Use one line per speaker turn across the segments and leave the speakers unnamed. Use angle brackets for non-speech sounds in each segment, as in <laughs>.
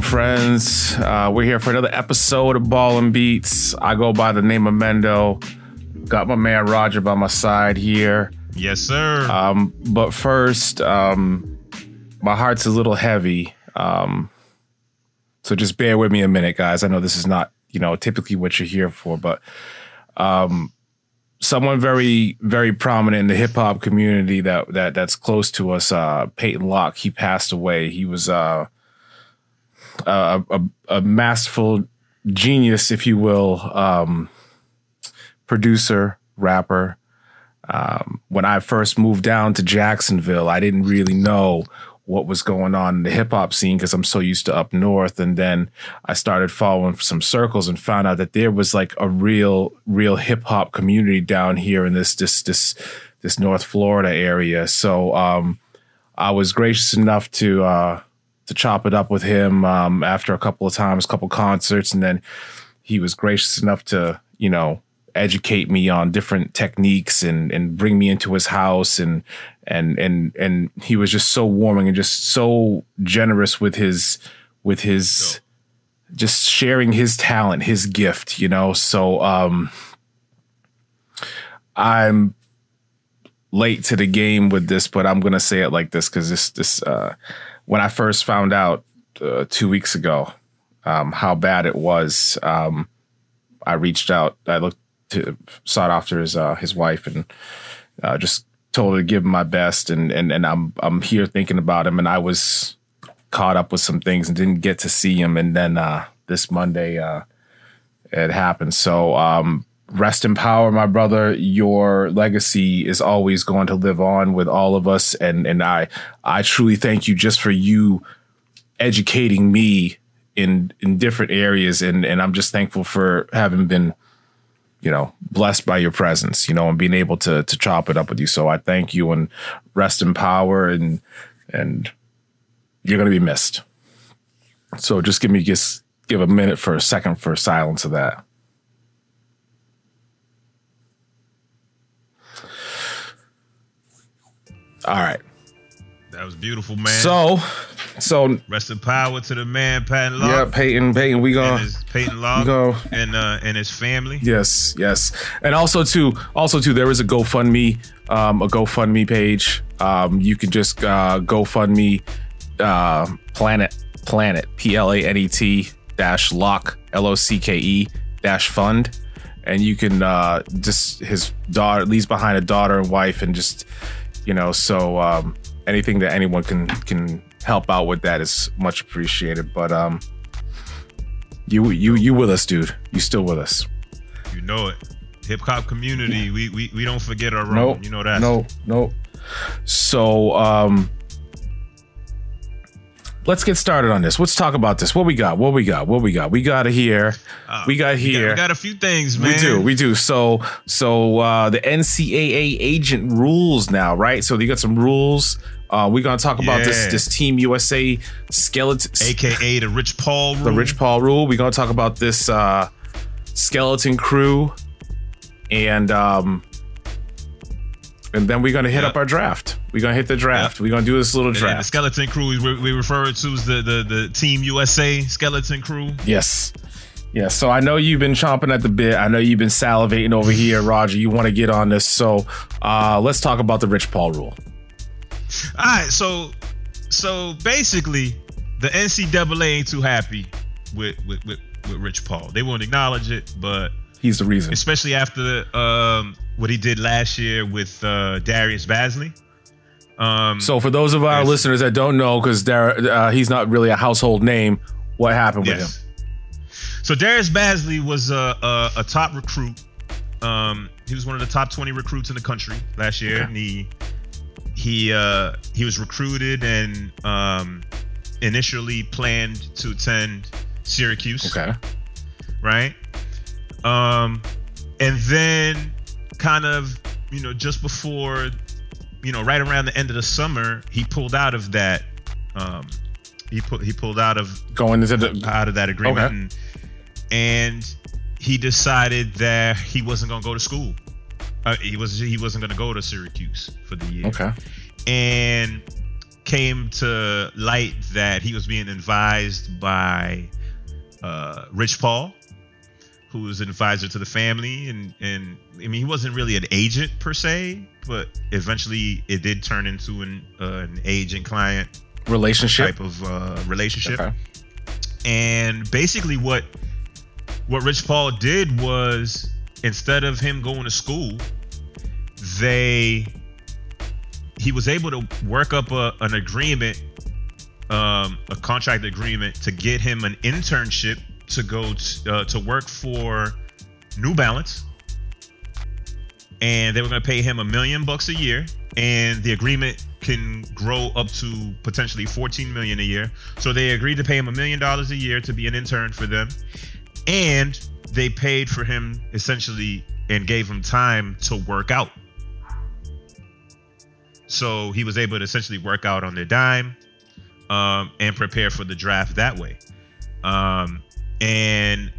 friends. Uh, we're here for another episode of Ball and Beats. I go by the name of Mendo. Got my man Roger by my side here.
Yes, sir.
Um, but first, um, my heart's a little heavy. Um, so just bear with me a minute, guys. I know this is not, you know, typically what you're here for, but um, someone very, very prominent in the hip hop community that that that's close to us, uh, Peyton Locke, he passed away. He was uh, a, a a masterful genius, if you will, um, producer, rapper. Um, when I first moved down to Jacksonville, I didn't really know what was going on in the hip hop scene because I'm so used to up north. And then I started following some circles and found out that there was like a real, real hip hop community down here in this this this this North Florida area. So um, I was gracious enough to uh, to chop it up with him um, after a couple of times, couple concerts, and then he was gracious enough to you know educate me on different techniques and and bring me into his house and and and and he was just so warming and just so generous with his with his just sharing his talent his gift you know so um i'm late to the game with this but i'm gonna say it like this because this this uh when i first found out uh, two weeks ago um how bad it was um i reached out i looked to sought after his uh his wife and uh just told her to give him my best and and and I'm I'm here thinking about him and I was caught up with some things and didn't get to see him and then uh this Monday uh it happened. So um rest in power my brother your legacy is always going to live on with all of us and and I I truly thank you just for you educating me in in different areas and and I'm just thankful for having been you know blessed by your presence you know and being able to to chop it up with you so i thank you and rest in power and and you're going to be missed so just give me just give a minute for a second for silence of that all right
that was beautiful, man.
so so
rest in power to the man, Patton Love.
yeah peyton peyton we
And
gonna
his Peyton Love
go.
and uh and his family.
Yes, yes, and also too, also too, there is a GoFundMe, um, a GoFundMe page. Um, you can just uh, GoFundMe uh, planet planet p l a n e t dash lock l o c k e dash fund, and you can uh, just his daughter leaves behind a daughter and wife, and just you know, so um, anything that anyone can can help out with that is much appreciated. But um, you you you with us, dude? You still with us?
You know it. Hip hop community, we, we we don't forget our own.
Nope.
You know that.
Nope. Nope. So um let's get started on this. Let's talk about this. What we got? What we got? What we got? We got it here.
Uh,
we got
Yeah,
here.
we got a few things, man.
We do, we do. So, so uh, the NCAA agent rules now, right? So they got some rules. Uh, we're gonna talk about this
Yeah.
this Team USA skeleton,
AKA the Rich Paul rule.
the Rich Paul rule. We're gonna talk about this uh, skeleton crew, and um, and then we're gonna hit
Yeah.
up our draft. We're gonna hit the draft. We're gonna do this little
And then the
draft.
skeleton crew is we, we refer to as the, the the Team USA skeleton crew.
Yes. Yeah, so I know you've been chomping at the bit. I know you've been salivating over here, Roger. You want to get on this. So uh, let's talk about the Rich Paul rule.
All right, so so basically, the NCAA ain't too happy with with with, with Rich Paul. They won't acknowledge it, but
He's the reason.
especially after um, what he did last year with uh, Darius Basley. Um,
So for those of our
Yes.
listeners that don't know, because uh, he's not really a household name, what happened with him?
yes. So Darius Basley was a, a, a top recruit. Um, he was one of the top 20 recruits in the country last year,
Okay.
and he he uh, he was recruited and um, initially planned to attend Syracuse.
Okay.
right? Um, and then kind of, you know, just before, you know, right around the end of the summer, he pulled out of that. Um, he put he pulled out of
Going into the
out of that agreement,
Okay.
and, and he decided that he wasn't gonna go to school. Uh, he was he wasn't gonna go to Syracuse for the year
okay.
and came to light that he was being advised by uh, Rich Paul, who was an advisor to the family, and and I mean he wasn't really an agent per se, but eventually it did turn into an uh, an agent client
Relationship.
type of uh, relationship.
Okay.
And basically, what what Rich Paul did was instead of him going to school, they he was able to work up a, an agreement, um, a contract agreement to get him an internship to go t- uh, to work for New Balance, and they were going to pay him a million bucks a year, and the agreement can grow up to potentially 14 million a year. So they agreed to pay him a million dollars a year to be an intern for them, and they paid for him essentially and gave him time to work out. So he was able to essentially work out on their dime um, and prepare for the draft that way. Um, and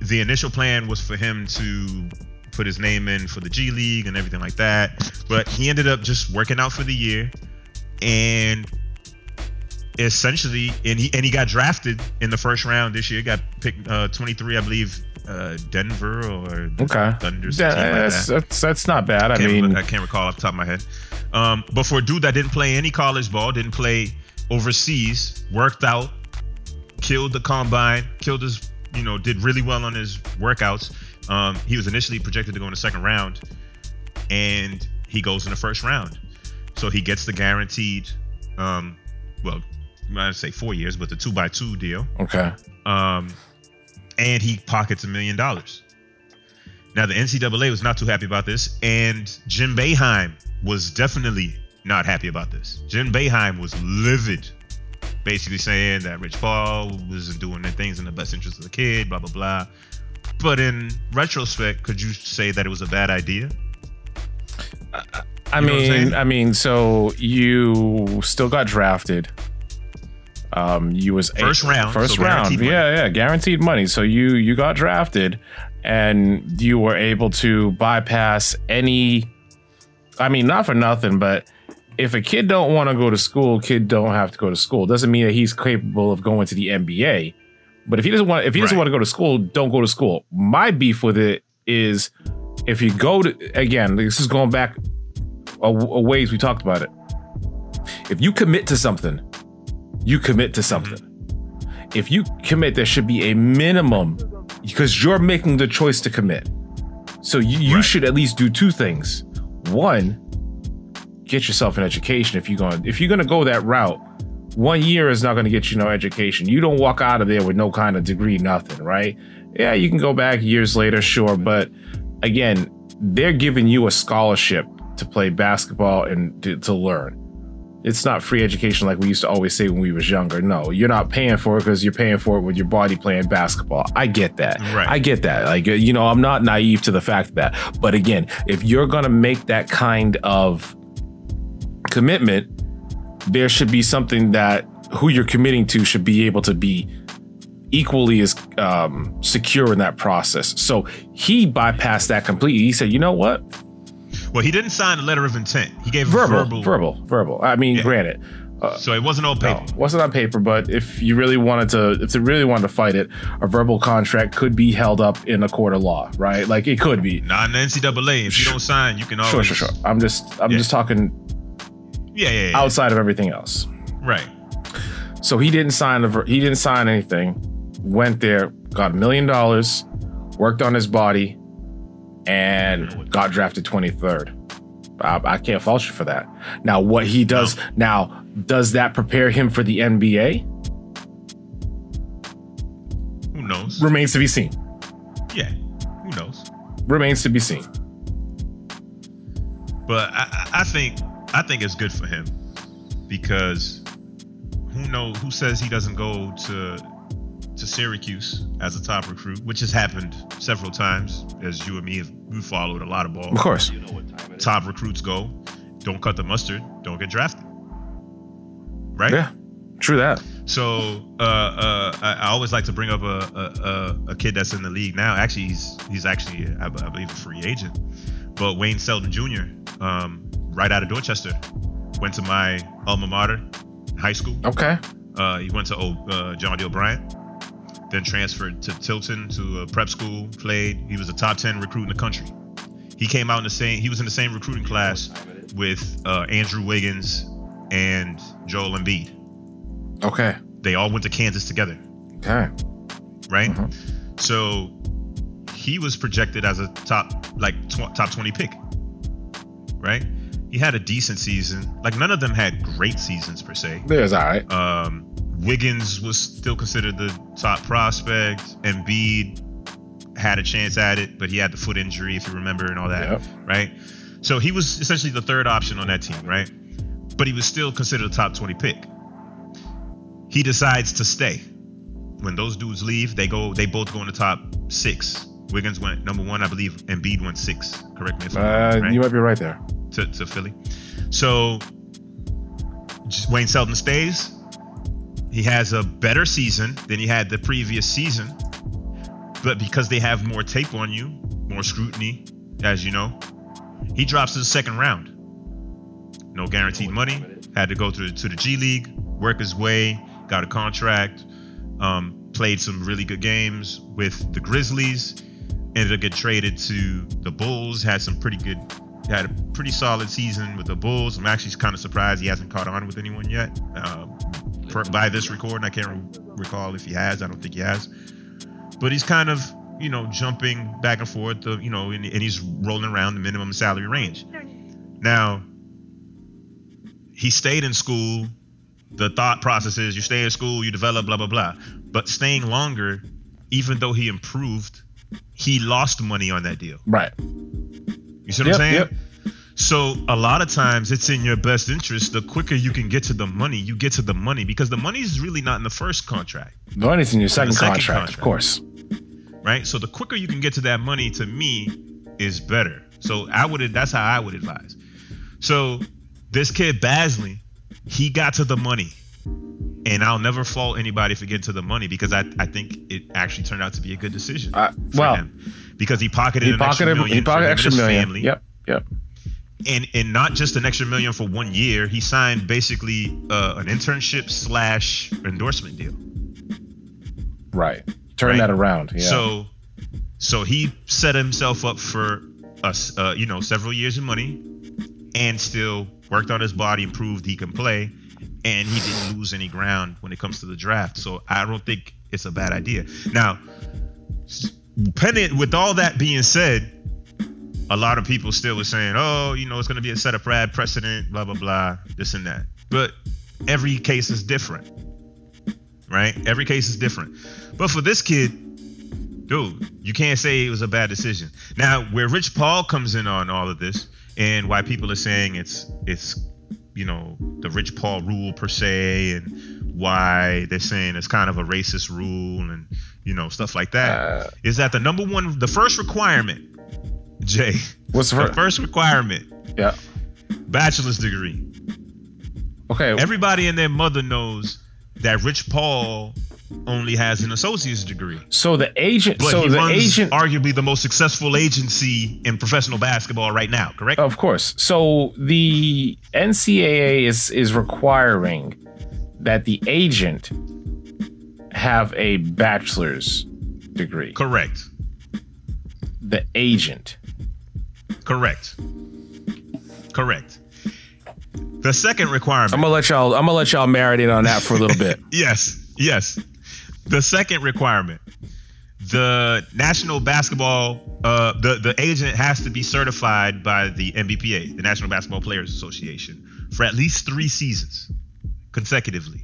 the initial plan was for him to put his name in for the G League and everything like that. But he ended up just working out for the year and essentially and he and he got drafted in the first round this year. Got picked uh, 23, I believe, uh, Denver or the
Okay.
Thunder.
Yeah,
something like that.
that's, that's that's not bad. I
Can't remember-
mean,
I can't recall off the top of my head. Um, but for a dude that didn't play any college ball, didn't play overseas, worked out, killed the combine, killed his, you know, did really well on his workouts. Um, he was initially projected to go in the second round, and he goes in the first round. So he gets the guaranteed, um, well, I'd say four years, but the two by two deal
okay.
um, and he pockets a million dollars. Now the NCAA was not too happy about this, and Jim Beheim was definitely not happy about this. Jim Beheim was livid, basically saying that Rich Paul wasn't doing the things in the best interest of the kid, blah blah blah. But in retrospect, could you say that it was a bad idea?
I
You know what I'm
mean,
saying?
I mean, so you still got drafted. Um, you was
First round,
first
so
round,
guaranteed money.
yeah, yeah, guaranteed money. So you you got drafted, and you were able to bypass any. I mean, not for nothing, but if a kid don't want to go to school, kid don't have to go to school. Doesn't mean that he's capable of going to the NBA. But if he doesn't want, if he doesn't
Right.
want to go to school, don't go to school. My beef with it is, if you go to again, this is going back a, a ways we talked about it. If you commit to something, you commit to
Mm-hmm.
something. If you commit, there should be a minimum because you're making the choice to commit. So you, you
Right.
should at least do two things. One, get yourself an education if you're going if you're going to go that route. One year is not going to get you no education. You don't walk out of there with no kind of degree, nothing, right? Yeah, you can go back years later, sure, but again, they're giving you a scholarship to play basketball and to, to learn. It's not free education like we used to always say when we was younger. No, you're not paying for it because you're paying for it with your body playing basketball. I get that.
Right.
I get that. Like you know, I'm not naive to the fact that. But again, if you're gonna make that kind of commitment, there should be something that who you're committing to should be able to be equally as um, secure in that process. So he bypassed that completely. He said, you know what?
Well, he didn't sign a letter of intent. He gave a
Verbal, verbal,
verbal,
verbal. I mean,
Yeah.
granted,
so it wasn't on paper.
no, wasn't on paper, but if you really wanted to, if they really wanted to fight it, a verbal contract could be held up in a court of law, right? Like it could be.
Not in the NCAA. If you
Sure.
don't sign, you can always.
Sure, sure, sure. I'm just, I'm
Oh, Yeah.
just talking
Yeah, yeah, yeah.
outside of everything else.
Right.
So he didn't sign a, ver- he didn't sign anything. Went there, got a million dollars, worked on his body, and got drafted 23rd. I, I can't fault you for that. Now, what he does now does that prepare him for the NBA
Who knows?
remains to be seen.
Yeah, who knows?
Remains to be seen.
But I, I I think I think it's good for him because who knows? Who says he doesn't go to to Syracuse as a top recruit, which has happened several times, as you and me have we followed a lot of ball.
Of course.
Top recruits go, don't cut the mustard, don't get drafted. Right.
Yeah. True that.
So uh, uh, I, I always like to bring up a, a, a, a kid that's in the league now. Actually, he's he's actually I, b- I believe a free agent, but Wayne Selden Jr. Um, right out of Dorchester, went to my alma mater, high school.
Okay.
Uh, he went to old, uh, John D. O'Brien, then transferred to Tilton to a prep school. Played. He was a top ten recruit in the country. He came out in the same. He was in the same recruiting class with uh, Andrew Wiggins and Joel Embiid.
Okay.
They all went to Kansas together,
Okay.
right? So he was projected as a top like tw- top twenty pick, right? He had a decent season. Like none of them had great seasons per se.
There's all right.
Um, Wiggins was still considered the top prospect. Embiid had a chance at it, but he had the foot injury, if you remember, and all that,
Yep.
right? So he was essentially the third option on that team, right? But he was still considered a top 20 pick. He decides to stay. When those dudes leave, they go. They both go in the top six. Wiggins went number one, I believe. Embiid went six. Correct me if I'm
Uh,
wrong. right?
You might be right there.
to, to Philly. So just Wayne Selden stays. He has a better season than he had the previous season. But because they have more tape on you, more scrutiny, as you know, he drops to the second round. No guaranteed money. Had to go to the, to the G League, work his way, got a contract, um, played some really good games with the Grizzlies ended up getting traded to the Bulls. Had some pretty good, had a pretty solid season with the Bulls. I'm actually kind of surprised he hasn't caught on with anyone yet. Um, per, by this recording, I can't re- recall if he has. I don't think he has. But he's kind of, you know, jumping back and forth. uh, you know, and, and he's rolling around the minimum salary range. Now, he stayed in school. The thought process is you stay in school, you develop, blah blah blah. But staying longer, even though he improved, he lost money on that deal.
Right.
You see what
Yep,
I'm saying?
yep.
So a lot of times it's in your best interest. The quicker you can get to the money, you get to the money because the money is really not in the first contract,
No, it's in your second,
second
contract,
contract.
of course.
right? So the quicker you can get to that money, to me, is better. So I would that's how I would advise. So this kid Basley, he got to the money. And I'll never fault anybody for getting to the money because I, I think it actually turned out to be a good decision.
Uh,
for
well,
him. because he pocketed
He
an extra
pocketed.
million
He
for
pocketed
him and
extra
his
million.
family.
Yep. Yep.
and and not just an extra million for one year. He signed basically uh, an internship slash endorsement deal.
Right. Turn
Right.
that around. Yeah.
So so he set himself up for us, uh, you know, several years of money, and still worked on his body, improved. He can play, and he didn't lose any ground when it comes to the draft. So I don't think it's a bad idea. Now, s- pending with all that being said. A lot of people still were saying, "Oh, you know, it's going to be a set of bad precedent, blah blah blah, this and that." But every case is different, right? Every case is different. But for this kid, dude, you can't say it was a bad decision. Now, where Rich Paul comes in on all of this, and why people are saying it's it's you know the Rich Paul rule per se, and why they're saying it's kind of a racist rule, and you know stuff like that,
Uh.
is that the number one, the first requirement, Jay,
what's the
the
first?
first requirement,
Yeah.
bachelor's degree.
Okay.
Everybody and their mother knows that Rich Paul only has an associate's degree.
so the agent.
But
So
he
the
runs
agent.
arguably the most successful agency in professional basketball right now, correct?
Of course. So the NCAA is is requiring that the agent have a bachelor's degree.
Correct.
The agent.
Correct. Correct. The second requirement.
I'm gonna let y'all. I'm gonna let y'all marinate on that for a little bit.
yes. Yes. The second requirement. The National Basketball uh the, the agent has to be certified by the NBPA, the National Basketball Players Association, for at least 3 seasons consecutively.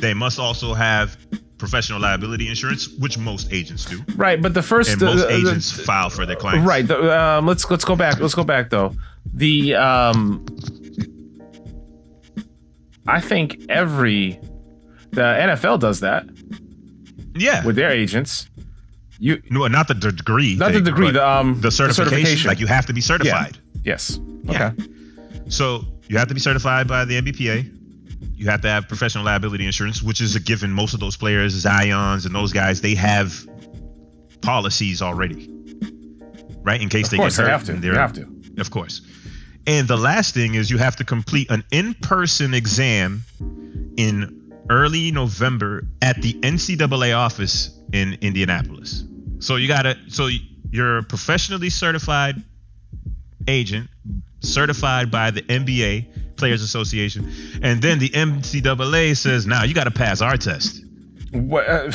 They must also have professional liability insurance, which most agents do.
<laughs> Right. But the first.
and
the-
most
the- the-
agents file for their clients.
Right. The, um, let's let's go back. Let's go back though. The um, I think every the NFL does that
Yeah.
with their agents. You
no, not the d- degree.
not the
thing,
degree,
but
the um,
the certification. Like you have to be certified.
yes.
Yeah.
Okay.
So you have to be certified by the NBPA. You have to have professional liability insurance, which is a given. Most of those players, Zion's and those guys, they have policies already, right? In case
Of
they
course,
get
they
hurt,
have to.
and
They
they're-
have to.
of course. And the last thing is you have to complete an in-person exam in early November at the NCAA office in Indianapolis. So you gotta so you're a professionally certified agent, certified by the NBA Players Association, and then the NCAA says, "Now nah, you gotta pass our test."
What? uh,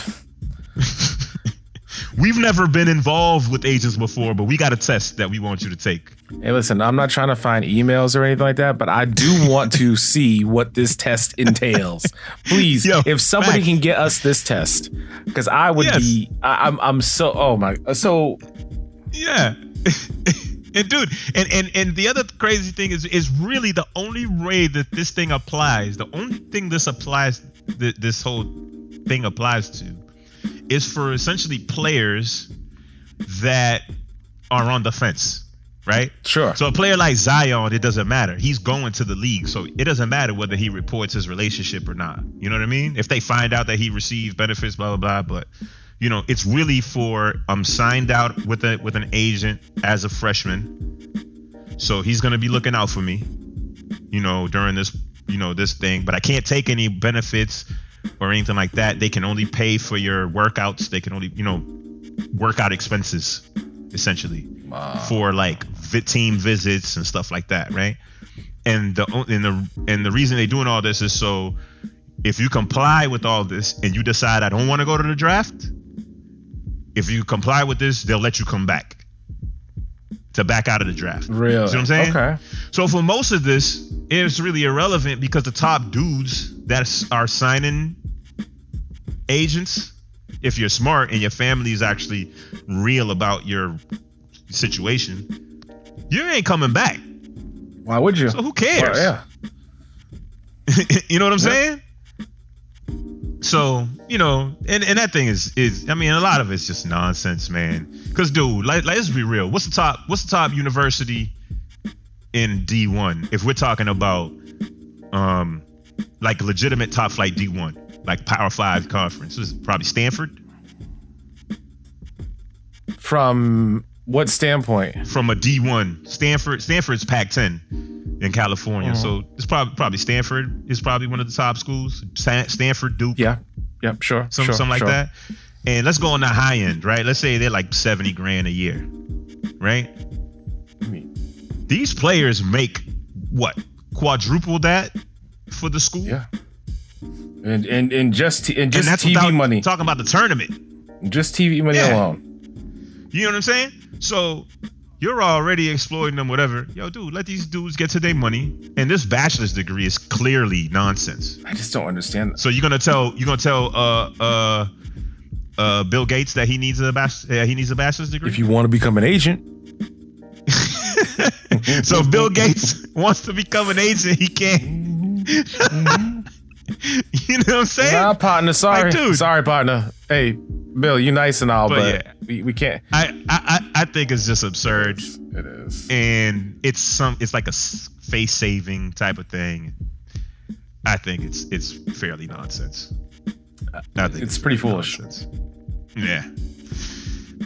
We've never been involved with agents before, but we got a test that we want you to take.
Hey, listen, I'm not trying to find emails or anything like that, but I do want <laughs> to see what this test entails. Please,
Yo,
if somebody
facts.
can get us this test, because I would
Yes.
be, I, I'm, I'm so, oh my, so
Yeah. <laughs> and dude, and, and and the other crazy thing is is really the only way that this thing applies. The only thing this applies th- this whole thing applies to is for essentially players that are on the fence, right?
sure.
So a player like Zion, it doesn't matter. He's going to the league, so it doesn't matter whether he reports his relationship or not. You know what I mean? If they find out that he received benefits, blah blah blah. But you know, it's really for um signed out with a with an agent as a freshman. So he's gonna be looking out for me, you know, during this you know this thing. But I can't take any benefits or anything like that. They can only pay for your workouts. They can only you know workout expenses essentially
Wow.
for like vi- team visits and stuff like that, right? And the o- and the and the reason they're doing all this is so if you comply with all this and you decide I don't want to go to the draft, if you comply with this, they'll let you come back to back out of the draft.
Real.
See what I'm saying?
Okay.
So for most of this, it's really irrelevant because the top dudes that s- are signing agents, if you're smart and your family is actually real about your situation, you ain't coming back.
Why would you?
So who cares?
yeah.
<laughs> you know what I'm saying? So you know, and, and that thing is is I mean a lot of it's just nonsense, man. Cause dude, like, like, let's be real. What's the top? What's the top university in D1? If we're talking about um like legitimate top flight D1, like Power Five conference, this is probably Stanford.
From what standpoint?
from a D1. Stanford Stanford's Pac-10 in California, so it's probably probably Stanford is probably one of the top schools. Sa- Stanford, Duke,
Yeah. Yep. Sure.
some,
sure,
something like
sure.
that. And let's go on the high end, right? Let's say they're like seventy grand a year, right?
I mean,
These players make what quadruple that for the school,
yeah. And and and just t- and
and
just
that's
TV
without
money,
talking about the tournament.
just TV money
Yeah.
alone.
You know what I'm saying? So you're already exploiting them, whatever. Yo, dude, let these dudes get to their money. And this bachelor's degree is clearly nonsense.
I just don't understand. That.
So you're gonna tell you're gonna tell uh uh uh Bill Gates that he needs a bas- uh, he needs a bachelor's degree.
If you want to become an agent,
so if Bill Gates wants to become an agent, he can. <laughs> you know what I'm saying?
Nah, partner. Sorry,
Like, dude.
sorry, partner. Hey, Bill, you nice and all, but,
But
we, we can't.
I, I I I think it's just absurd,
It is.
and it's some it's like a face saving type of thing. I think it's it's fairly nonsense. I think
It's pretty foolish.
nonsense. Yeah,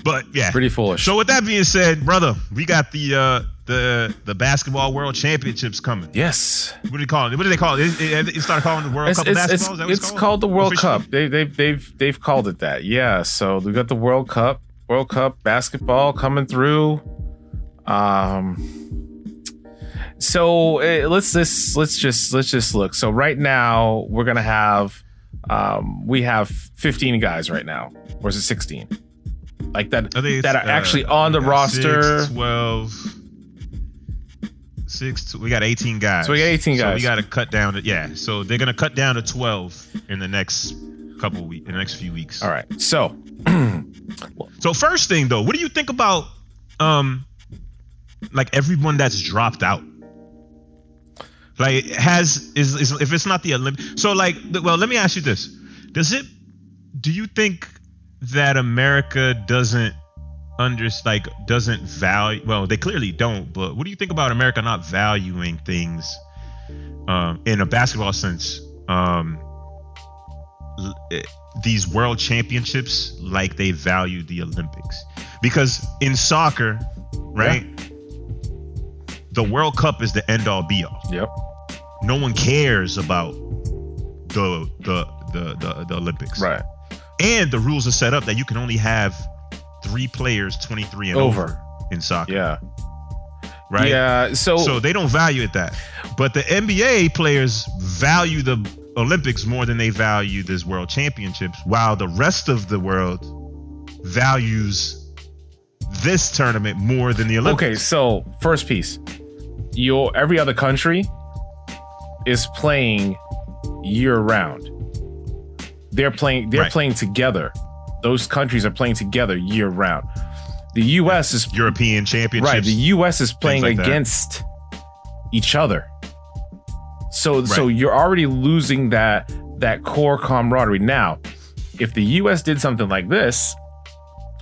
but yeah,
Pretty foolish.
So with that being said, brother, we got the uh, the the basketball world championships coming.
yes,
What do they call it? What do they call it? It, it, it started calling the World
it's
Cup of
it's
Basketball.
it's,
Is that what
it's called the World
Officially?
Cup. They they've they've they've called it that. Yeah. So we got the World Cup, World Cup basketball coming through. Um. So eh, let's let's let's just let's just look. So right now we're gonna have, um, we have 15 guys right now, or is it 16? Like that
I think it's,
that are
uh,
actually on the
we got six,
roster.
12 six we got 18 guys
So we got 18
So
guys.
we got to cut down to yeah so they're gonna cut down to 12 in the next couple weeks in the next few weeks
All right. So
so first thing though what do you think about um like everyone that's dropped out like has is, is if it's not the olympic so like th- well let me ask you this does it do you think that america doesn't under like doesn't value well they clearly don't but what do you think about america not valuing things um in a basketball sense um l- eh, these world championships like they value the olympics because in soccer right the World Cup is the end all be all.
Yep.
No one cares about the the the the, the Olympics.
Right.
And the rules are set up that you can only have three players 23 and over,
Over.
in soccer.
Yeah.
Right.
Yeah. Oh. So,
So they don't value it that. But the NBA players value the Olympics more than they value this world championships, while the rest of the world values this tournament more than the Olympics.
okay. So first piece, your every other country is playing year round. They're playing. They're
Right.
playing together. Those countries are playing together year round. The U.S. is
European championships.
right. The U.S. is playing
like that.
against each other. So so you're already losing that that core camaraderie. Now, if the U.S. did something like this,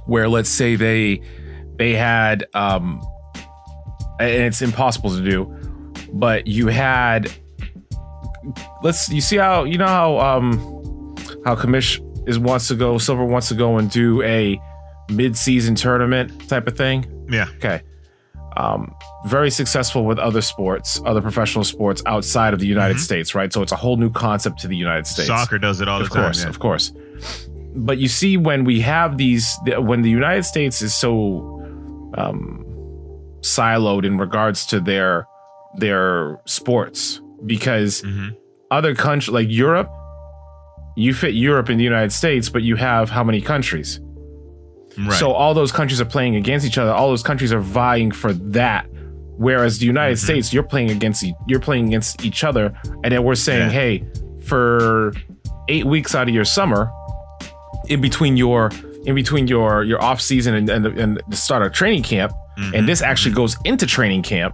where let's say they they had um, and it's impossible to do, but you had let's you see how you know how um how Commish is wants to go Silver wants to go and do a mid-season tournament type of thing.
yeah.
Okay. Um, very successful with other sports, other professional sports outside of the United
Mhm.
States, right? So it's a whole new concept to the United States.
Soccer does it all
of
the time.
course,
yeah.
of course. But you see, when we have these, th- when the United States is so um, siloed in regards to their their sports, because
Mhm.
other country like Europe, you fit Europe in the United States, but you have how many countries?
Right.
So all those countries are playing against each other. All those countries are vying for that. Whereas the United
Mhm.
States, you're playing against e- you're playing against each other, and then we're saying,
Yeah.
hey, for eight weeks out of your summer, in between your in between your your off season and and the, and the start of training camp,
Mhm.
and this actually goes into training camp.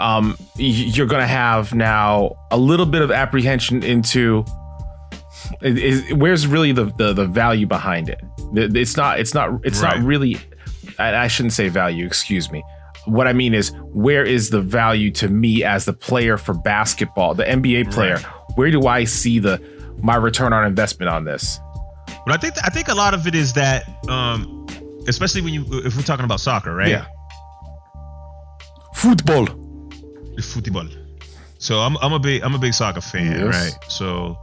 Um, y- you're gonna have now a little bit of apprehension into is, is- where's really the, the the value behind it Th- it's not it's not it's
Right.
not really I, I shouldn't say value excuse me what i mean is where is the value to me as the player for basketball the nba player
Right.
where do i see the my return on investment on this
But I think I think a lot of it is that, um, especially when you if we're talking about soccer, right?
football
football. So I'm I'm a big I'm a big soccer fan,
Yes.
right? So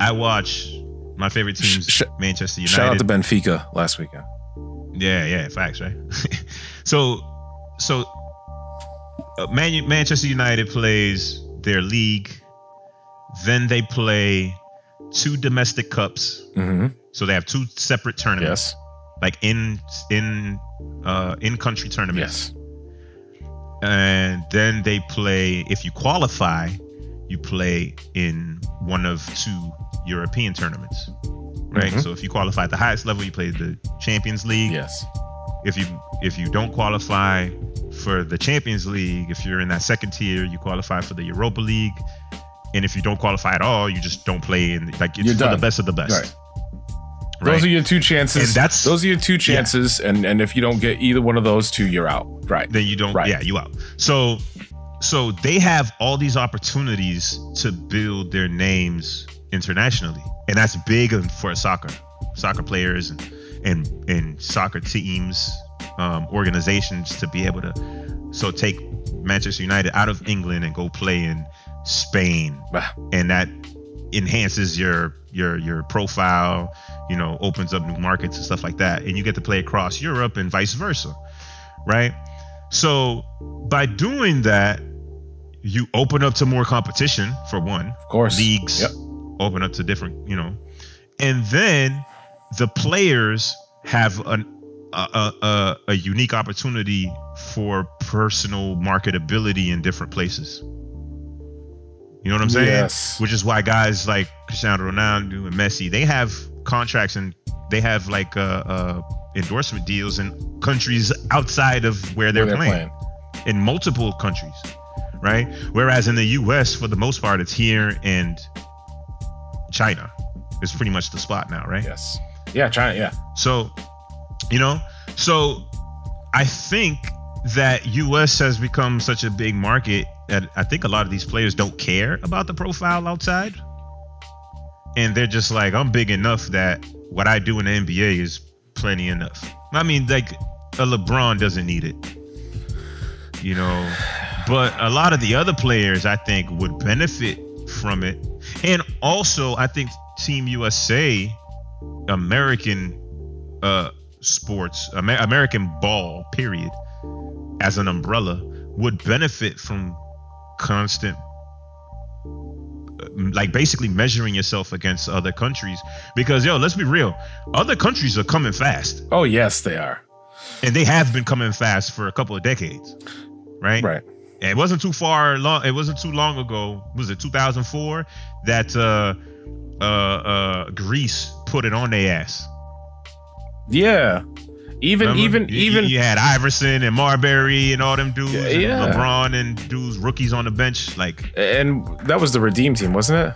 I watch my favorite teams,
Sh- sh-
Manchester United.
shout out to benfica last weekend
yeah, yeah, facts, right? <laughs> so so uh, Man- Manchester United plays their league, then they play two domestic cups.
mm-hmm.
So they have two separate tournaments,
yes
like in in uh, in country tournaments.
yes
and then they play if you qualify you play in one of two european tournaments right
Mhm.
so if you qualify at the highest level you play the champions league
yes
if you if you don't qualify for the champions league if you're in that second tier you qualify for the europa league and if you don't qualify at all you just don't play in like it's
You're
for the
done.
best of the best
Right.
right
Those are your two chances.
And that's-
those are your two chances, and and if you don't get either one of those two, you're out. Right.
then you don't
Right.
yeah you out so so they have all these opportunities to build their names internationally and that's big for soccer soccer players and and, and soccer teams um, organizations to be able to so take manchester united out of england and go play in spain
Bah.
and that enhances your your your profile you know opens up new markets and stuff like that and you get to play across europe and vice versa right so by doing that you open up to more competition for one
Of course.
leagues
Yep.
open up to different you know and then the players have an a, a, a, a unique opportunity for personal marketability in different places you know what i'm saying
Yes.
which is why guys like cristiano ronaldo and messi they have contracts and they have like uh, uh, endorsement deals in countries outside of where they're,
Where
playing in multiple countries, right? Whereas in the U.S., for the most part, it's here and China is pretty much the spot now, right?
Yes. Yeah. China. Yeah.
So, you know, so I think that U.S. has become such a big market that I think a lot of these players don't care about the profile outside, and they're just like, I'm big enough that what I do in the NBA is plenty enough. I mean, like a LeBron doesn't need it, you know. But a lot of the other players, I think, would benefit from it. And also, I think Team USA, American uh, sports, Amer- American ball, period, as an umbrella, would benefit from constant uh, like basically measuring yourself against other countries because yo let's be real other countries are coming fast
Oh yes, they are.
and they have been coming fast for a couple of decades right
Right.
And it wasn't too far long it wasn't too long ago was it 2004 that uh uh uh greece put it on their ass
Yeah. Even
Remember?
even
You-
even
you had iverson and marbury and all them dudes
Yeah,
and
yeah.
lebron and dudes rookies on the bench like
and that was the redeem team, wasn't it?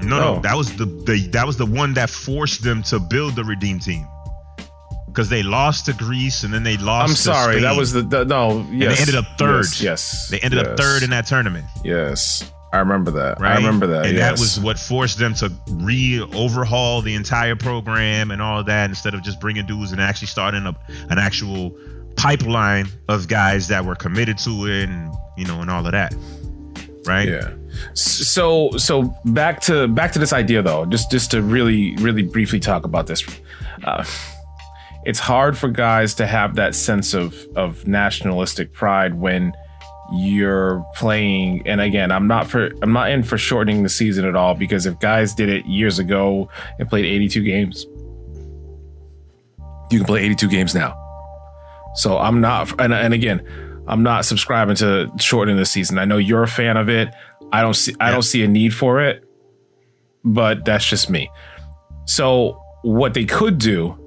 No,
Oh.
no, that was the, the that was the one that forced them to build the redeem team because they lost to Greece and then they lost.
I'm
to
sorry,
Spain.
that was the, the no. Yes,
ended up third.
Yes, yes.
they ended up
yes,
third in that tournament.
Yes, I remember that.
Right,
I remember that.
and
yes.
that was what forced them to re overhaul the entire program and all that instead of just bringing dudes and actually starting up an actual pipeline of guys that were committed to it and you know and all of that. Right.
yeah. S- So so back to back to this idea though. Just just to really really briefly talk about this. Uh, it's hard for guys to have that sense of of nationalistic pride when you're playing and again i'm not for i'm not in for shortening the season at all because if guys did it years ago and played 82 games you can play 82 games now so i'm not and, and again i'm not subscribing to shortening the season i know you're a fan of it i don't see i
Yeah.
don't see a need for it but that's just me so what they could do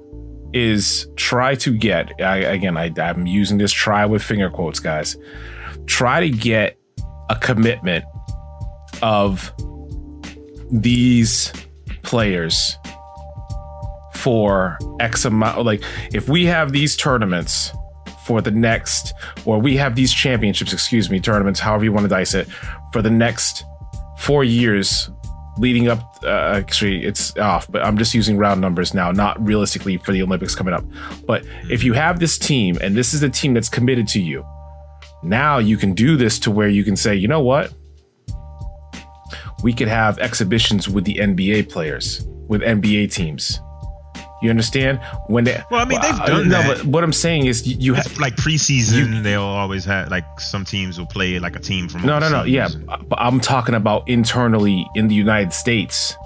is try to get I, again I, i'm using this try with finger quotes guys try to get a commitment of these players for X amount. Like, if we have these tournaments for the next, or we have these championships, excuse me, tournaments, however you want to dice it, for the next four years leading up. Uh, actually, it's off, but I'm just using round numbers now, not realistically for the Olympics coming up. But if you have this team and this is the team that's committed to you, now you can do this to where you can say, you know what? We could have exhibitions with the NBA players, with NBA teams. You understand? When they
Well, I mean, they've done
no,
that.
But what I'm saying is, you, you have
It's like preseason, they'll always have like some teams will play like a team from
no, no, no.
overseas.
Yeah, but I'm talking about internally in the United States.